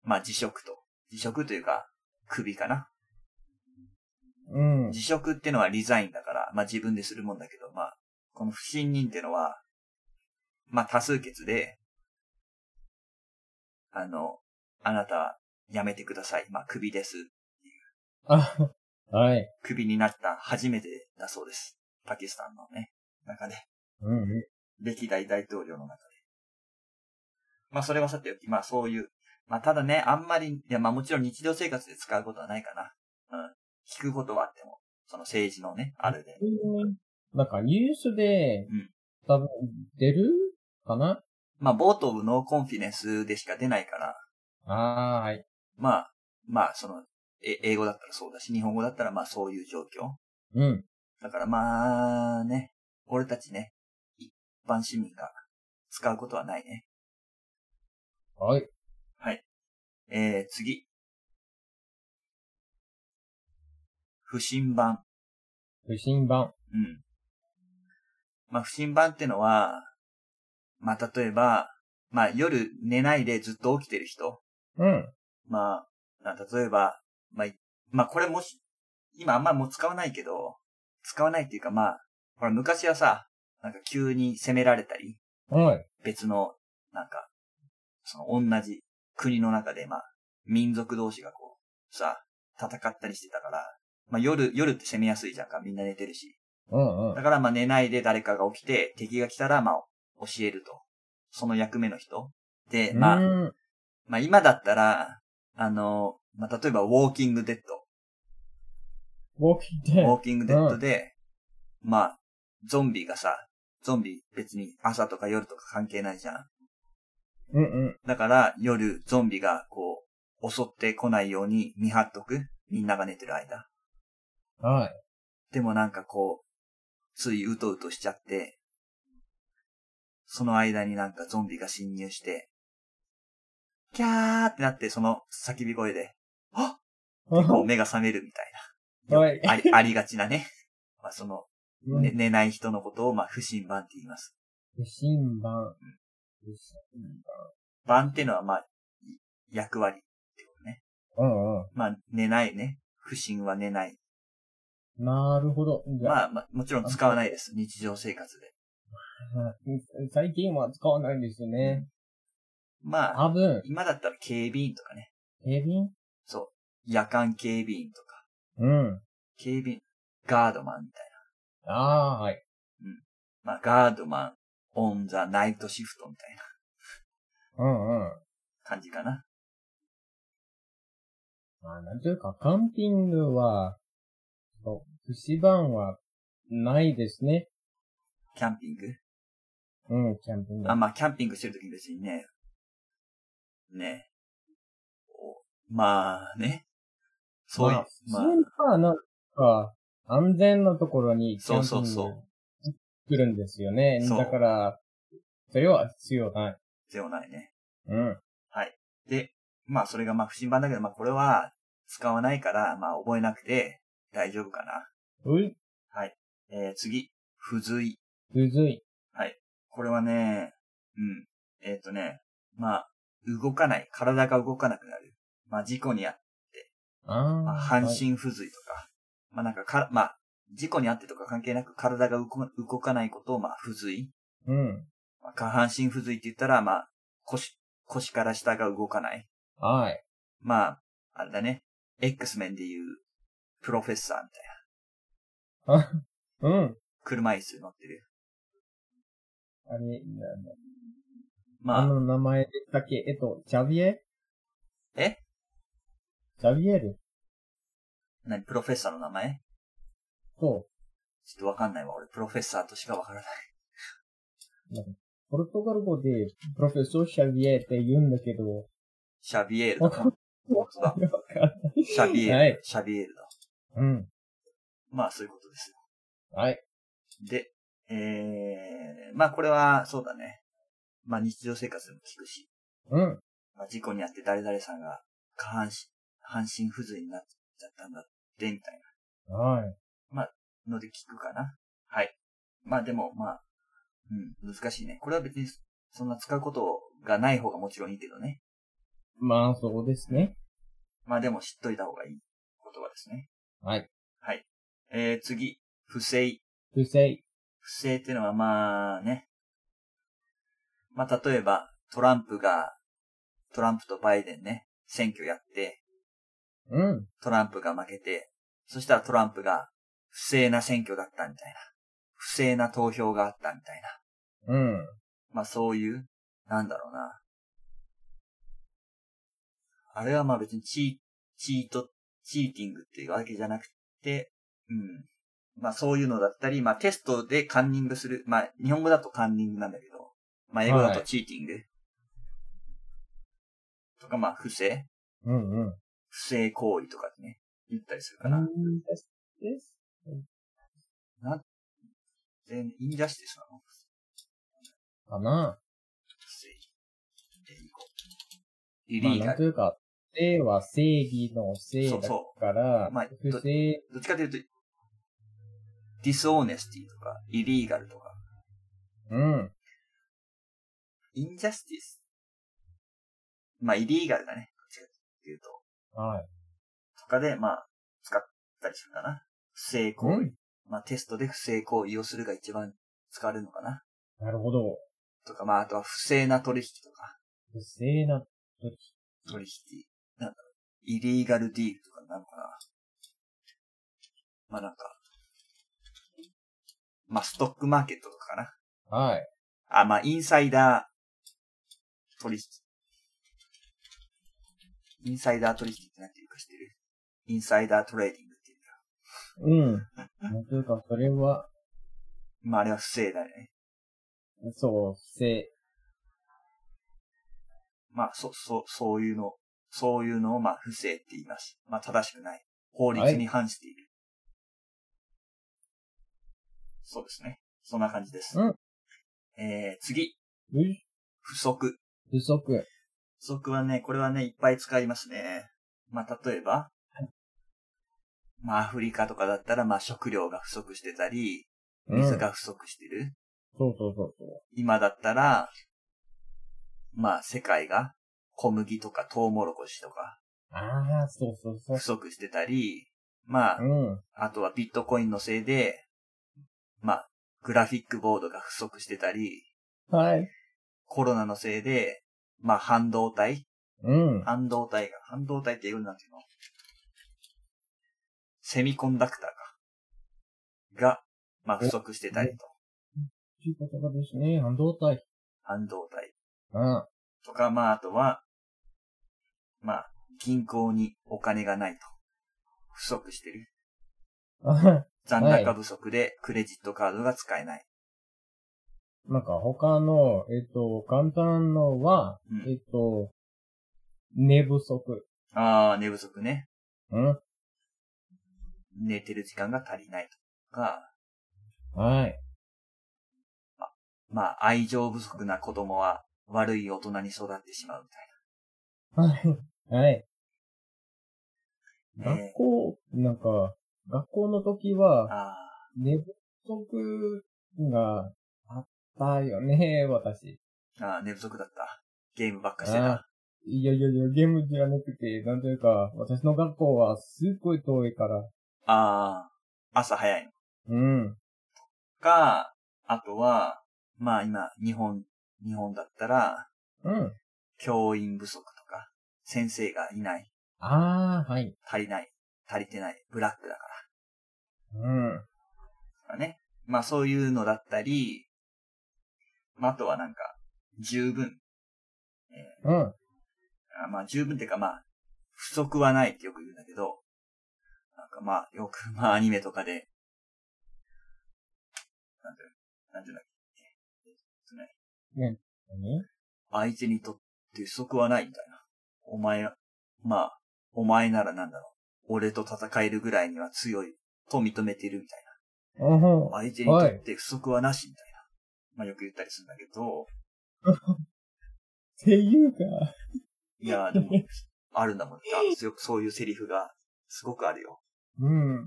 [SPEAKER 1] まあ辞職と。辞職というか、クビかな。
[SPEAKER 2] うん。
[SPEAKER 1] 辞職ってのはリザインだから、まあ自分でするもんだけど、まあ、この不信任ってのは、まあ多数決で、あの、あなた、辞めてください。まあ、クビです。
[SPEAKER 2] あ、はい。
[SPEAKER 1] クビになった初めてだそうです。パキスタンのね、中で。
[SPEAKER 2] うんう
[SPEAKER 1] 歴代大統領の中で。まあ、それはさておき、まあ、そういう。まあ、ただね、あんまり、いや、まあ、もちろん日常生活で使うことはないかな。うん。聞くことはあっても、その政治のね、あれで。
[SPEAKER 2] ん。なんかニュースで
[SPEAKER 1] うん、
[SPEAKER 2] 多分出るかな
[SPEAKER 1] まあ、冒頭のコンフィデンスでしか出ないから、
[SPEAKER 2] あーはい。
[SPEAKER 1] まあ、まあ、その、え英語だったらそうだし、日本語だったらまあ、そういう状況。
[SPEAKER 2] うん。
[SPEAKER 1] だからまあ、ね、俺たちね、一般市民が使うことはないね。
[SPEAKER 2] はい。
[SPEAKER 1] えー、次。不審版。
[SPEAKER 2] 不審版。
[SPEAKER 1] うん。まあ、不審版ってのは、まあ、例えば、まあ、夜寝ないでずっと起きてる人。
[SPEAKER 2] うん。
[SPEAKER 1] まあ、な例えば、まあ、いまあ、これもし、今あんまもう使わないけど、使わないっていうかまあ、ほら、昔はさ、なんか急に責められたり、
[SPEAKER 2] はい。
[SPEAKER 1] 別の、なんか、その同じ国の中で、まあ、民族同士がこう、さ、戦ったりしてたから、まあ夜、夜って攻めやすいじゃんか、みんな寝てるし。
[SPEAKER 2] うんうん
[SPEAKER 1] だ。からまあ寝ないで誰かが起きて、敵が来たらまあ教えると。その役目の人。で、まあ、
[SPEAKER 2] うん
[SPEAKER 1] まあ今だったら、あの、まあ例えばウォーキングデッ
[SPEAKER 2] 大きい
[SPEAKER 1] ド。
[SPEAKER 2] て。
[SPEAKER 1] ウォーキングデッドで、まあ、ゾンビがさ、ゾンビ別に朝とか夜とか関係ないじゃん。
[SPEAKER 2] うんうん。
[SPEAKER 1] だから、夜、ゾンビが、こう、襲ってこないように見張っとく。みんなが寝てる間。
[SPEAKER 2] はい。
[SPEAKER 1] でもなんかこう、ついうとうとしちゃって、その間になんかゾンビが侵入して、キャーってなって、その叫び声で、あっこう目が覚めるみたい
[SPEAKER 2] はい。
[SPEAKER 1] な。あり、あ りがちなね。まあその、ね
[SPEAKER 2] うん
[SPEAKER 1] 寝ない人のことを、まあ、不審版って言います。
[SPEAKER 2] 不審版。不審
[SPEAKER 1] 版ってのは、まあ、い役割ってことね。
[SPEAKER 2] うんう
[SPEAKER 1] まあ、寝ないね。不審は寝ない。
[SPEAKER 2] ん。なるほど。じゃ
[SPEAKER 1] まあ、
[SPEAKER 2] あ
[SPEAKER 1] まあ、もちろん使わないです。日常生活で。
[SPEAKER 2] うん最近は使わないんですよね。
[SPEAKER 1] まあ、
[SPEAKER 2] 多分、
[SPEAKER 1] 今だったら警備員とかね。
[SPEAKER 2] 警備員
[SPEAKER 1] そう。夜間警備員とか。
[SPEAKER 2] うん。
[SPEAKER 1] 警備員、ガードマンみたい
[SPEAKER 2] ああー、はい。
[SPEAKER 1] な。まあ、ガードマン、オンザナイトシフトみたいな
[SPEAKER 2] うんうん。
[SPEAKER 1] 感じかな。
[SPEAKER 2] まあ、なんというか、カンピングは、そう不死版はないですね。
[SPEAKER 1] キャンピング。
[SPEAKER 2] うん、キャンピング。
[SPEAKER 1] あ、まあ、キャンピングしてるときに別にね。ね。おまあね。そういう、
[SPEAKER 2] ま
[SPEAKER 1] まあ、
[SPEAKER 2] あ、普通はなんか、安全なところにキャン
[SPEAKER 1] そうそう
[SPEAKER 2] ピン
[SPEAKER 1] そ
[SPEAKER 2] グ
[SPEAKER 1] う
[SPEAKER 2] 来るんですよね。
[SPEAKER 1] そう
[SPEAKER 2] だから、それは必要ない。
[SPEAKER 1] 必要ないね。
[SPEAKER 2] うん。
[SPEAKER 1] で、まあ、それがまあ、不審版だけど、まあ、これは使わないから、まあ、覚えなくて大丈夫かな。
[SPEAKER 2] うい、
[SPEAKER 1] えー次、付随。
[SPEAKER 2] うずい。
[SPEAKER 1] これはね、うん。えっ、とね、まあ、動かない。体が動かなくなる。まあ、事故にあ、
[SPEAKER 2] ああ。
[SPEAKER 1] まあ、半身不随とか。まあ、なんかか、まあ、事故にあってとか関係なく体が動か動かないことを、まあ、不随。
[SPEAKER 2] はい。うん。
[SPEAKER 1] まあ、下半身不随って言ったら、まあ、腰、腰から下が動かない。
[SPEAKER 2] はい。
[SPEAKER 1] まあ、あれだね。X メンで言う、プロフェッサーみたいな。
[SPEAKER 2] うん。
[SPEAKER 1] 車椅子乗ってる。
[SPEAKER 2] あれ、
[SPEAKER 1] まあ、
[SPEAKER 2] あの名前でしたっけえっと、ジャビエ
[SPEAKER 1] え
[SPEAKER 2] ジャビエル
[SPEAKER 1] 何、プロフェッサーの名前
[SPEAKER 2] そ
[SPEAKER 1] ちょっとわかんないわ。俺、プロフェッサーとしかわからない。
[SPEAKER 2] う。ポルトガル語で、プロフェッソー・シャビエって言うんだけ ど、
[SPEAKER 1] シャビエール
[SPEAKER 2] わ
[SPEAKER 1] だ
[SPEAKER 2] か
[SPEAKER 1] な。
[SPEAKER 2] んない。わかんない。
[SPEAKER 1] シャビエール。
[SPEAKER 2] はい
[SPEAKER 1] シャビエールだ。
[SPEAKER 2] うん。
[SPEAKER 1] まあ、そういうことですよ。
[SPEAKER 2] はい。
[SPEAKER 1] で、えー、まあ、これは、そうだね。まあ、日常生活でも聞くし、
[SPEAKER 2] うん。
[SPEAKER 1] まあ、事故にあって誰々さんが下半身、半身不随になっちゃったんだって、みたい
[SPEAKER 2] はい。
[SPEAKER 1] なので聞くかな。はい。まあ、でも、まあ、うん、難しいね。これは別に、そんな使うことがない方がもちろんいいけどね。
[SPEAKER 2] まあ、そうですね。
[SPEAKER 1] まあ、でも知っといた方がいい言葉ですね。
[SPEAKER 2] はい。
[SPEAKER 1] はい。えー、次、不正。
[SPEAKER 2] 不正。
[SPEAKER 1] 不正っていうのはまあね。まあ例えば、トランプが、トランプとバイデンね、選挙やって、
[SPEAKER 2] うん。
[SPEAKER 1] トランプが負けて、そしたらトランプが不正な選挙だったみたいな。不正な投票があったみたいな。
[SPEAKER 2] うん。
[SPEAKER 1] まあそういう、なんだろうな。あれはまあ別にチー、チート、チーティングっていうわけじゃなくて、うん。まあそういうのだったり、まあテストでカンニングする。まあ日本語だとカンニングなんだけど、まあ英語だとチーティング。とかまあ不正
[SPEAKER 2] うんうん。
[SPEAKER 1] 不正行為とかね、言ったりするかな。
[SPEAKER 2] です。です。
[SPEAKER 1] 全員インジャスティスなの
[SPEAKER 2] かな。
[SPEAKER 1] 不正。で、いこう。イ
[SPEAKER 2] まあ、
[SPEAKER 1] リー
[SPEAKER 2] な
[SPEAKER 1] ガ
[SPEAKER 2] んと
[SPEAKER 1] ル。
[SPEAKER 2] いうか、正は正義の正
[SPEAKER 1] そう
[SPEAKER 2] だ
[SPEAKER 1] そう。
[SPEAKER 2] から、
[SPEAKER 1] まあ
[SPEAKER 2] 不正、
[SPEAKER 1] どっちかというと、ディスオーネスティとか、イリーガルとか、
[SPEAKER 2] うん。
[SPEAKER 1] インジャスティス。まあ、イリーガルだね。どっちかというと。
[SPEAKER 2] はい。
[SPEAKER 1] とかで、まあ、使ったりするかな。不正行為。まあ、テストで不正行為をするが一番使われるのかな。
[SPEAKER 2] なるほど。
[SPEAKER 1] とか、まあ、あとは不正な取引とか、
[SPEAKER 2] 不正な時。
[SPEAKER 1] 取引。なんだろう。イリーガルディールとかなのかな。まあ、なんか、まあ、ストックマーケットとかかな。
[SPEAKER 2] はい。
[SPEAKER 1] あ、まあ、インサイダー取引。インサイダー取引って何て言うか知ってるインサイダートレーディングっていうんだよ。
[SPEAKER 2] うん。なんというか、それは、
[SPEAKER 1] まあ、あれは不正だね。
[SPEAKER 2] そう、不正。
[SPEAKER 1] まあ、そ、そ、そういうの、そういうのをまあ、不正って言います。まあ、正しくない。法律に反している。そうですね。そんな感じです。
[SPEAKER 2] うん
[SPEAKER 1] えー、次。
[SPEAKER 2] 不
[SPEAKER 1] 不足。
[SPEAKER 2] 不足。
[SPEAKER 1] 不足はね、これはね、いっぱい使いますね。まあ、例えば、まあ、アフリカとかだったら、まあ、食料が不足してたり、水
[SPEAKER 2] うん。
[SPEAKER 1] が不足してる。
[SPEAKER 2] そうそうそうそ
[SPEAKER 1] 今だったら、まあ、世界が小麦とかトウモロコシとか
[SPEAKER 2] う。ああ、そうそうそう
[SPEAKER 1] 不。足してたり、まあ
[SPEAKER 2] う、ん。
[SPEAKER 1] あとはビットコインのせいで、まあ、グラフィックボードが不足してたり、
[SPEAKER 2] はい。
[SPEAKER 1] コロナのせいで、まあ、半導体
[SPEAKER 2] うん。
[SPEAKER 1] 半導体が、半導体って言うなんていうのセミコンダクターか。が、まあ不足してたりと。
[SPEAKER 2] ということですね。半導体。
[SPEAKER 1] 半導体
[SPEAKER 2] うん。
[SPEAKER 1] とか、まああとは、まあ銀行にお金がないと。不足してる。
[SPEAKER 2] あ
[SPEAKER 1] 残高不足でクレジットカードが使えない。
[SPEAKER 2] なんか他の、えっと、簡単のは、
[SPEAKER 1] うん
[SPEAKER 2] えっと、寝不足。
[SPEAKER 1] ああ、寝不足ね。
[SPEAKER 2] うん。
[SPEAKER 1] 寝てる時間が足りないとか、
[SPEAKER 2] はい。
[SPEAKER 1] まあ愛情不足な子供は悪い大人に育ってしまうみたいな。
[SPEAKER 2] はい。はい。
[SPEAKER 1] ね
[SPEAKER 2] 学校、なんか、学校の時は、
[SPEAKER 1] ああ。
[SPEAKER 2] 寝不足があったよね、私。
[SPEAKER 1] ああ、寝不足だった。ゲームばっかしてた。
[SPEAKER 2] いやいやいや、ゲームじゃなくて、なんというか、私の学校はすっごい遠いから。
[SPEAKER 1] ああ、朝早いの
[SPEAKER 2] うん。
[SPEAKER 1] か、あとは、まあ今、日本、日本だったら、
[SPEAKER 2] うん。
[SPEAKER 1] 教員不足とか、先生がいない、
[SPEAKER 2] ああ、はい。
[SPEAKER 1] 足りない、足りてない、ブラックだか
[SPEAKER 2] うん。
[SPEAKER 1] らね。まあそういうのだったり、まああとはなんか、十分。
[SPEAKER 2] うん。
[SPEAKER 1] あまあ十分っていうかまあ、不足はないってよく言うんだけど、なんかまあ、よく、 まあアニメとかで、なんていう、なんていうんだっけ
[SPEAKER 2] 何
[SPEAKER 1] 相手にとって不足はないみたいな。お前は、まあ、お前ならなんだろう。俺と戦えるぐらいには強いと認めているみたい
[SPEAKER 2] うん
[SPEAKER 1] な。相手にとって不足はなしみたいな。まあよく言ったりするんだけど、
[SPEAKER 2] っていうか、
[SPEAKER 1] いや、でも、あるんだもん。強くそういうセリフがすごくあるよ。
[SPEAKER 2] うん。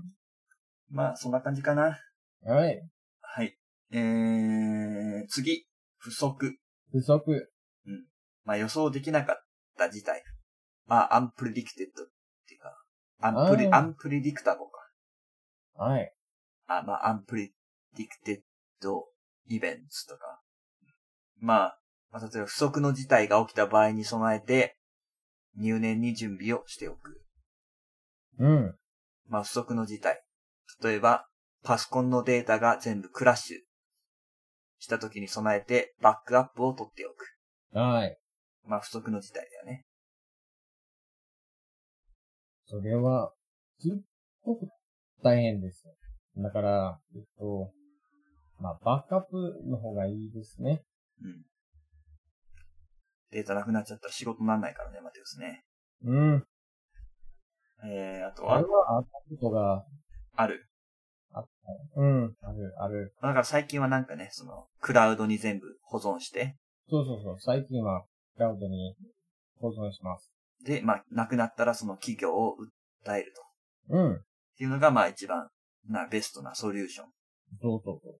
[SPEAKER 1] まあ、そんな感じかな。
[SPEAKER 2] はい。
[SPEAKER 1] はい。えー、次。不足。
[SPEAKER 2] 不足。
[SPEAKER 1] まあ予想できなかった事態。まあ、アンプレディクテッドっていうか、アンプレ、
[SPEAKER 2] あー
[SPEAKER 1] アンプレディクタボか。
[SPEAKER 2] はい。
[SPEAKER 1] あ、まあ、アンプレディクテッドイベントとか。まあ、まあ、例えば不測の事態が起きた場合に備えて、入念に準備をしておく。
[SPEAKER 2] うん。
[SPEAKER 1] まあ、不測の事態。例えば、パソコンのデータが全部クラッシュした時に備えて、バックアップを取っておく。
[SPEAKER 2] はい。
[SPEAKER 1] まあ、不測の事態だよね。
[SPEAKER 2] それは、すっごく大変ですよ。だから、えっと、まあ、バックアップの方がいいですね。
[SPEAKER 1] うん。データなくなっちゃったら仕事にならないからね、マテウスね。
[SPEAKER 2] うん。
[SPEAKER 1] えー、あと
[SPEAKER 2] あれ
[SPEAKER 1] は、
[SPEAKER 2] はあったことが、
[SPEAKER 1] ある。
[SPEAKER 2] うん。ある、ある。
[SPEAKER 1] だから最近はなんかね、その、クラウドに全部保存して、
[SPEAKER 2] そうそうそう。最近は、クラウドに保存します。
[SPEAKER 1] で、まあ、なくなったらその企業を訴えると。っ
[SPEAKER 2] うん。
[SPEAKER 1] ていうのが、まあ、一番、な、ベストなソリューション。
[SPEAKER 2] そうそうそう。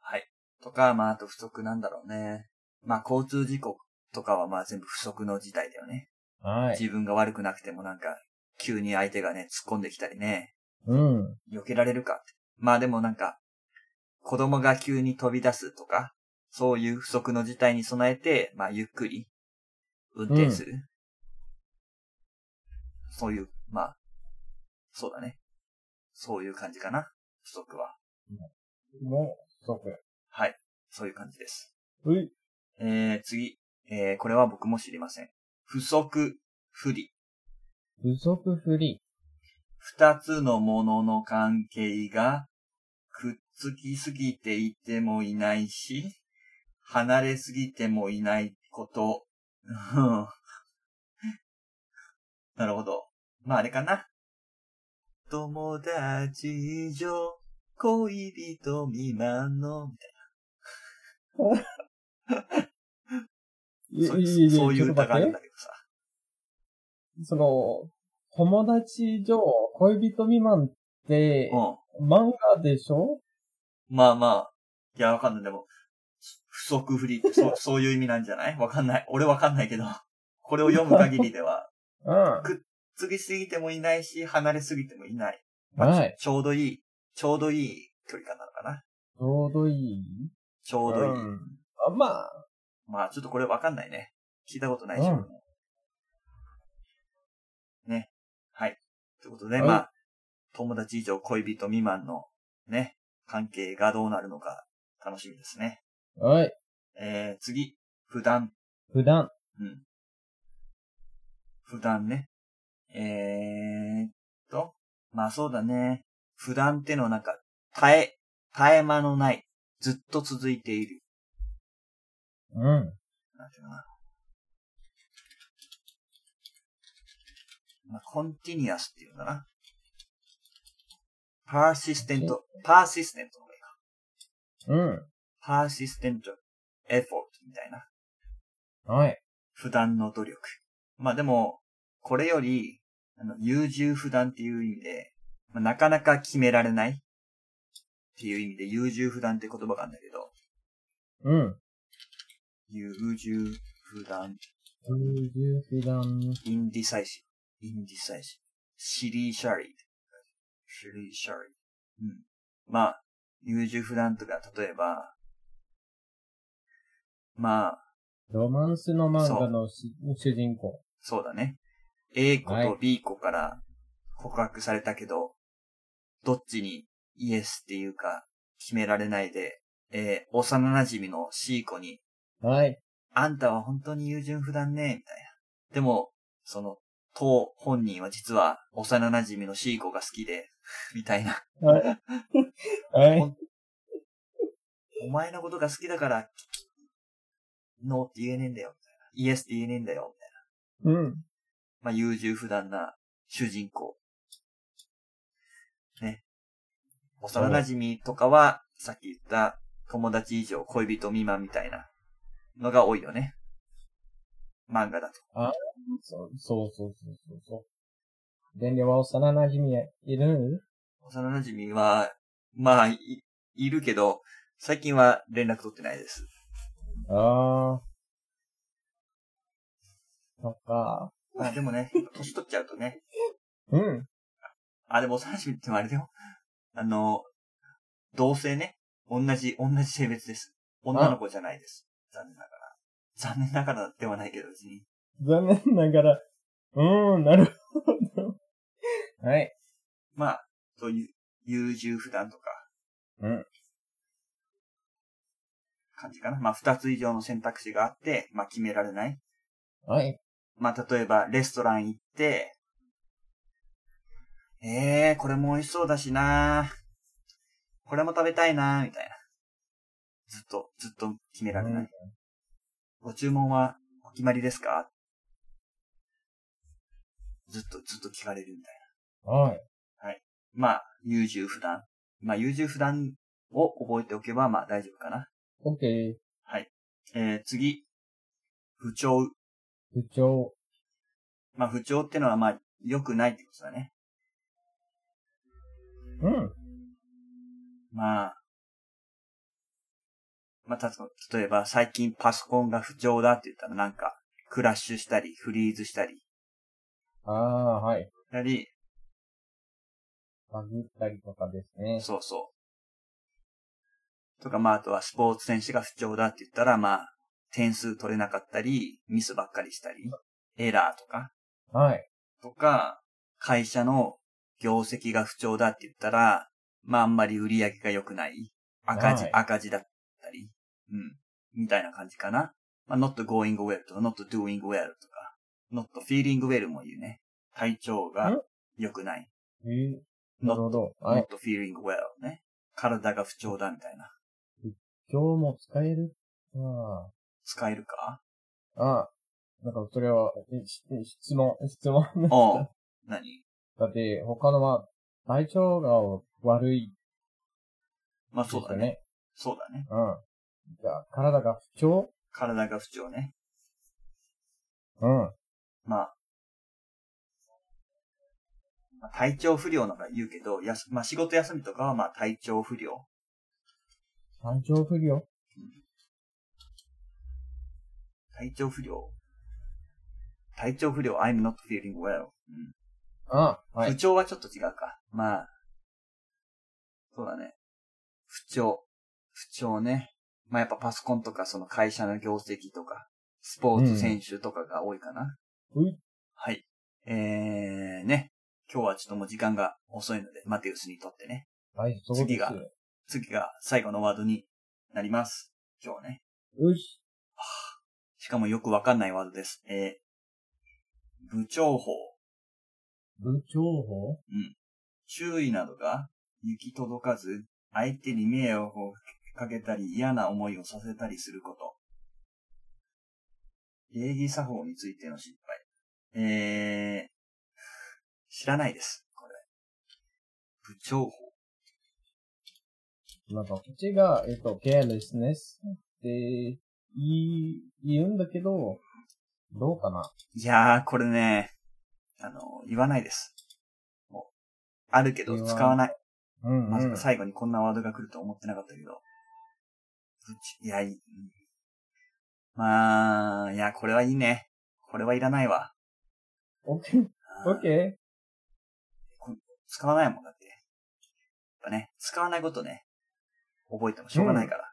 [SPEAKER 1] はい。とか、まあ、あと不足なんだろうね。まあ、交通事故とかは、まあ、全部不足の事態だよね。
[SPEAKER 2] はい。
[SPEAKER 1] 自分が悪くなくてもなんか、急に相手がね、突っ込んできたりね、
[SPEAKER 2] うん。
[SPEAKER 1] 避けられるかって。まあでもなんか、子供が急に飛び出すとか、そういう不足の事態に備えて、まあ、ゆっくり、運転する。そういう、まあ、そうだね。そういう感じかな。不足は。
[SPEAKER 2] もう、そこ。
[SPEAKER 1] はい。そういう感じです。
[SPEAKER 2] うい。
[SPEAKER 1] えー、次。えー、これは僕も知りません。不足、不利。
[SPEAKER 2] 不足不利。
[SPEAKER 1] 二つのものの関係が、くっつきすぎていてもいないし、離れすぎてもいないこと。 うんなるほど。まあ、あれかな。友達以上、恋人未満の、みたいな。そそういう歌があるんだけどさ。
[SPEAKER 2] その、友達以上、恋人未満って、
[SPEAKER 1] うん。
[SPEAKER 2] 漫画でしょ
[SPEAKER 1] まあまあ、いや、わかんない。でも、不足不利って、そう、 そういう意味なんじゃないわかんない。俺わかんないけど、これを読む限りでは、
[SPEAKER 2] うん。
[SPEAKER 1] 継ぎすぎてもいないし、離れすぎてもいない。まあ
[SPEAKER 2] はい。
[SPEAKER 1] ちょうどいい、ちょうどいい距離感なのかな。
[SPEAKER 2] ちょうどいい
[SPEAKER 1] ちょうどいい。
[SPEAKER 2] うんあまあ、
[SPEAKER 1] まあ、ちょっとこれわかんないね。聞いたことないし。
[SPEAKER 2] うん
[SPEAKER 1] ね。はい。ということで、
[SPEAKER 2] はい
[SPEAKER 1] まあ、友達以上恋人未満の、ね、関係がどうなるのか、楽しみですね。
[SPEAKER 2] はい。
[SPEAKER 1] えー、次。普段
[SPEAKER 2] 普段。
[SPEAKER 1] うん。普段ね。えーっと、まあそうだね。普段ってのはなんか、耐え、耐え間のない、ずっと続いている。
[SPEAKER 2] うん。
[SPEAKER 1] なんていうのかな。まあ、コンティニアスっていうのかな。パーシステント、パーシステントの方がいいか。
[SPEAKER 2] うん。
[SPEAKER 1] パーシステント、エフォートみたいな。
[SPEAKER 2] はい。
[SPEAKER 1] 不断の努力。まあでも、これより、あの、優柔不断っていう意味で、まあ、なかなか決められないっていう意味で、優柔不断って言葉があるんだけど、
[SPEAKER 2] うん。
[SPEAKER 1] 優柔不断、
[SPEAKER 2] 優柔不断。
[SPEAKER 1] インディサイシブ、インディサイシブ、シリーシャリー、シリーシャリー。うん。まあ、優柔不断とか、例えば、まあ、
[SPEAKER 2] ロマンスの漫画のし主人公。
[SPEAKER 1] そうだね。A 子
[SPEAKER 2] はい
[SPEAKER 1] と B 子から告白されたけど、どっちにイエスっていうか決められないで、えー幼馴染の C 子に、
[SPEAKER 2] はい。
[SPEAKER 1] あんたは本当に優柔不断ね、みたいな。でも、その、当本人は実は幼馴染の C 子が好きで、 みたいな。
[SPEAKER 2] はい。はい。
[SPEAKER 1] お前のことが好きだから、ノーって言えねえんだよ、みたいな。イエスって言えねえんだよ、みたいな。
[SPEAKER 2] うん。
[SPEAKER 1] まあ、優柔不断な主人公。ね。幼馴染みとかは、さっき言った友達以上恋人未満みたいなのが多いよね。漫画だと。
[SPEAKER 2] そうそうそうそうそうそう。電流は幼馴染いる
[SPEAKER 1] 幼馴染みは、まあ、い、いるけど、最近は連絡取ってないです。
[SPEAKER 2] ああ。そっか。
[SPEAKER 1] まあ でもね、年取っちゃうとね。
[SPEAKER 2] うん。
[SPEAKER 1] あ、でも幼馴染みってもあれだよ。あの、同性ね。同じ、同じ性別です。女の子じゃないです。残念ながら。残念ながらではないけど、別に。
[SPEAKER 2] 残念ながら、うーん、なるほど。はい。
[SPEAKER 1] まあ、そういう、優柔不断とか、
[SPEAKER 2] うん。
[SPEAKER 1] 感じかな。まあ、二つ以上の選択肢があって、まあ、決められない。
[SPEAKER 2] はい。
[SPEAKER 1] まあ、例えば、レストラン行って、えー、これも美味しそうだしなこれも食べたいなみたいな。ずっと、ずっと決められない。
[SPEAKER 2] うん
[SPEAKER 1] ご注文はお決まりですかずっと、ずっと聞かれるみたいな。
[SPEAKER 2] はい。
[SPEAKER 1] まあ、優柔不断。まあ、優柔不断を覚えておけば、まあ大丈夫かな。
[SPEAKER 2] オッケー。
[SPEAKER 1] えー、次。不調。
[SPEAKER 2] 不調。
[SPEAKER 1] まあ、不調ってのは、まあ、良くないってことだね。
[SPEAKER 2] うん。
[SPEAKER 1] まあ、まあ、たと、例えば、最近パソコンが不調だって言ったら、なんか、クラッシュしたり、フリーズしたり、
[SPEAKER 2] ああ、はい。
[SPEAKER 1] やり、
[SPEAKER 2] バグったりとかですね。
[SPEAKER 1] そうそう。とか、まあ、あとはスポーツ選手が不調だって言ったら、まあ、点数取れなかったり、ミスばっかりしたり、エラーとか、
[SPEAKER 2] はい。
[SPEAKER 1] とか、会社の業績が不調だって言ったら、まああんまり売り上げが良くない。赤字
[SPEAKER 2] は、い
[SPEAKER 1] 赤字だったり、うん。みたいな感じかな。まあ not going well とか not doing well とか、not feeling well も言うね。体調が
[SPEAKER 2] ん
[SPEAKER 1] 良くない。
[SPEAKER 2] えー、なる
[SPEAKER 1] not,
[SPEAKER 2] ほど。はい。
[SPEAKER 1] not feeling well ね。体が不調だみたいな。
[SPEAKER 2] 今日も使えるあ
[SPEAKER 1] 使える か
[SPEAKER 2] あ。ああ。なんか、それは、えし質問、質問。
[SPEAKER 1] おう。何
[SPEAKER 2] だって、他のは、体調が悪い
[SPEAKER 1] まあ
[SPEAKER 2] です
[SPEAKER 1] そうだ
[SPEAKER 2] よ
[SPEAKER 1] ね。
[SPEAKER 2] ね。
[SPEAKER 1] そうだね。
[SPEAKER 2] うん。じゃあ、体が不調
[SPEAKER 1] 体が不調ね。
[SPEAKER 2] うん。
[SPEAKER 1] まあ、まあ体調不良なんか言うけど、やすまあ仕事休みとかはまあ体調不良。
[SPEAKER 2] 体調不良
[SPEAKER 1] 体調不良。体調不良、I'm not feeling well、うん
[SPEAKER 2] ああ、は
[SPEAKER 1] 不
[SPEAKER 2] い。
[SPEAKER 1] 調はちょっと違うか。まあ、そうだね。不調。不調ね。まあやっぱパソコンとかその会社の業績とか、スポーツ選手とかが多いかな。
[SPEAKER 2] うい
[SPEAKER 1] はい。えー、ね。今日はちょっともう時間が遅いので、マテウスにとってね。
[SPEAKER 2] はい、そうです。
[SPEAKER 1] 次が次が最後のワードになります。今日ね。
[SPEAKER 2] うし。
[SPEAKER 1] しかもよくわかんないワードです。えー、部長法、
[SPEAKER 2] 部長法
[SPEAKER 1] 注意などが行き届かず、相手に迷惑をかけたり嫌な思いをさせたりすること。礼儀作法についての失敗。えー、知らないです。これ。部長法。
[SPEAKER 2] なんか、こっちが、えっと、carelessness って言い、言うんだけど、どうかない
[SPEAKER 1] やー、これね、あの、言わないです。もうあるけど
[SPEAKER 2] 言わ
[SPEAKER 1] 使わない。
[SPEAKER 2] うん、
[SPEAKER 1] ま
[SPEAKER 2] う
[SPEAKER 1] さ
[SPEAKER 2] ん
[SPEAKER 1] か。最後にこんなワードが来ると思ってなかったけど。ぶちいや、いい。うんまあ、いや、これはいいね。これはいらないわ。
[SPEAKER 2] オッケー、
[SPEAKER 1] あ
[SPEAKER 2] オ
[SPEAKER 1] ー
[SPEAKER 2] ッケ
[SPEAKER 1] 使わないもんだって。やっぱね、使わないことね、覚えてもしょうがないから。うん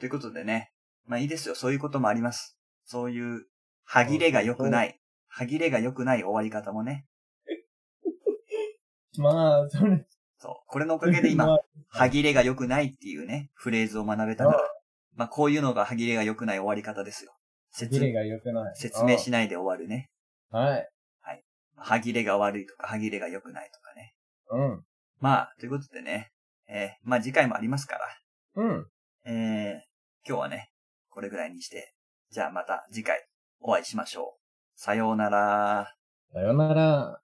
[SPEAKER 1] ということでね、まあいいですよ。そういうこともあります。そういう、歯切れが良くない、歯切れが良くない終わり方もね。
[SPEAKER 2] ー。まあ、それ。
[SPEAKER 1] そう。これのおかげで今
[SPEAKER 2] ま、あ
[SPEAKER 1] 歯切れが良くないっていうね、フレーズを学べたから。まあ、こういうのが歯切れが良くない終わり方ですよ。
[SPEAKER 2] ギレ
[SPEAKER 1] 説
[SPEAKER 2] が良くない。
[SPEAKER 1] 説明しないで終わるね。
[SPEAKER 2] ああはい。
[SPEAKER 1] 歯切れが悪いとか、歯切れが良くないとかね。
[SPEAKER 2] うん。
[SPEAKER 1] まあ、ということでね、えーまあ次回もありますから、
[SPEAKER 2] うん。
[SPEAKER 1] えー今日はね、これぐらいにして、じゃあまた次回お会いしましょう。さようなら。
[SPEAKER 2] さよなら。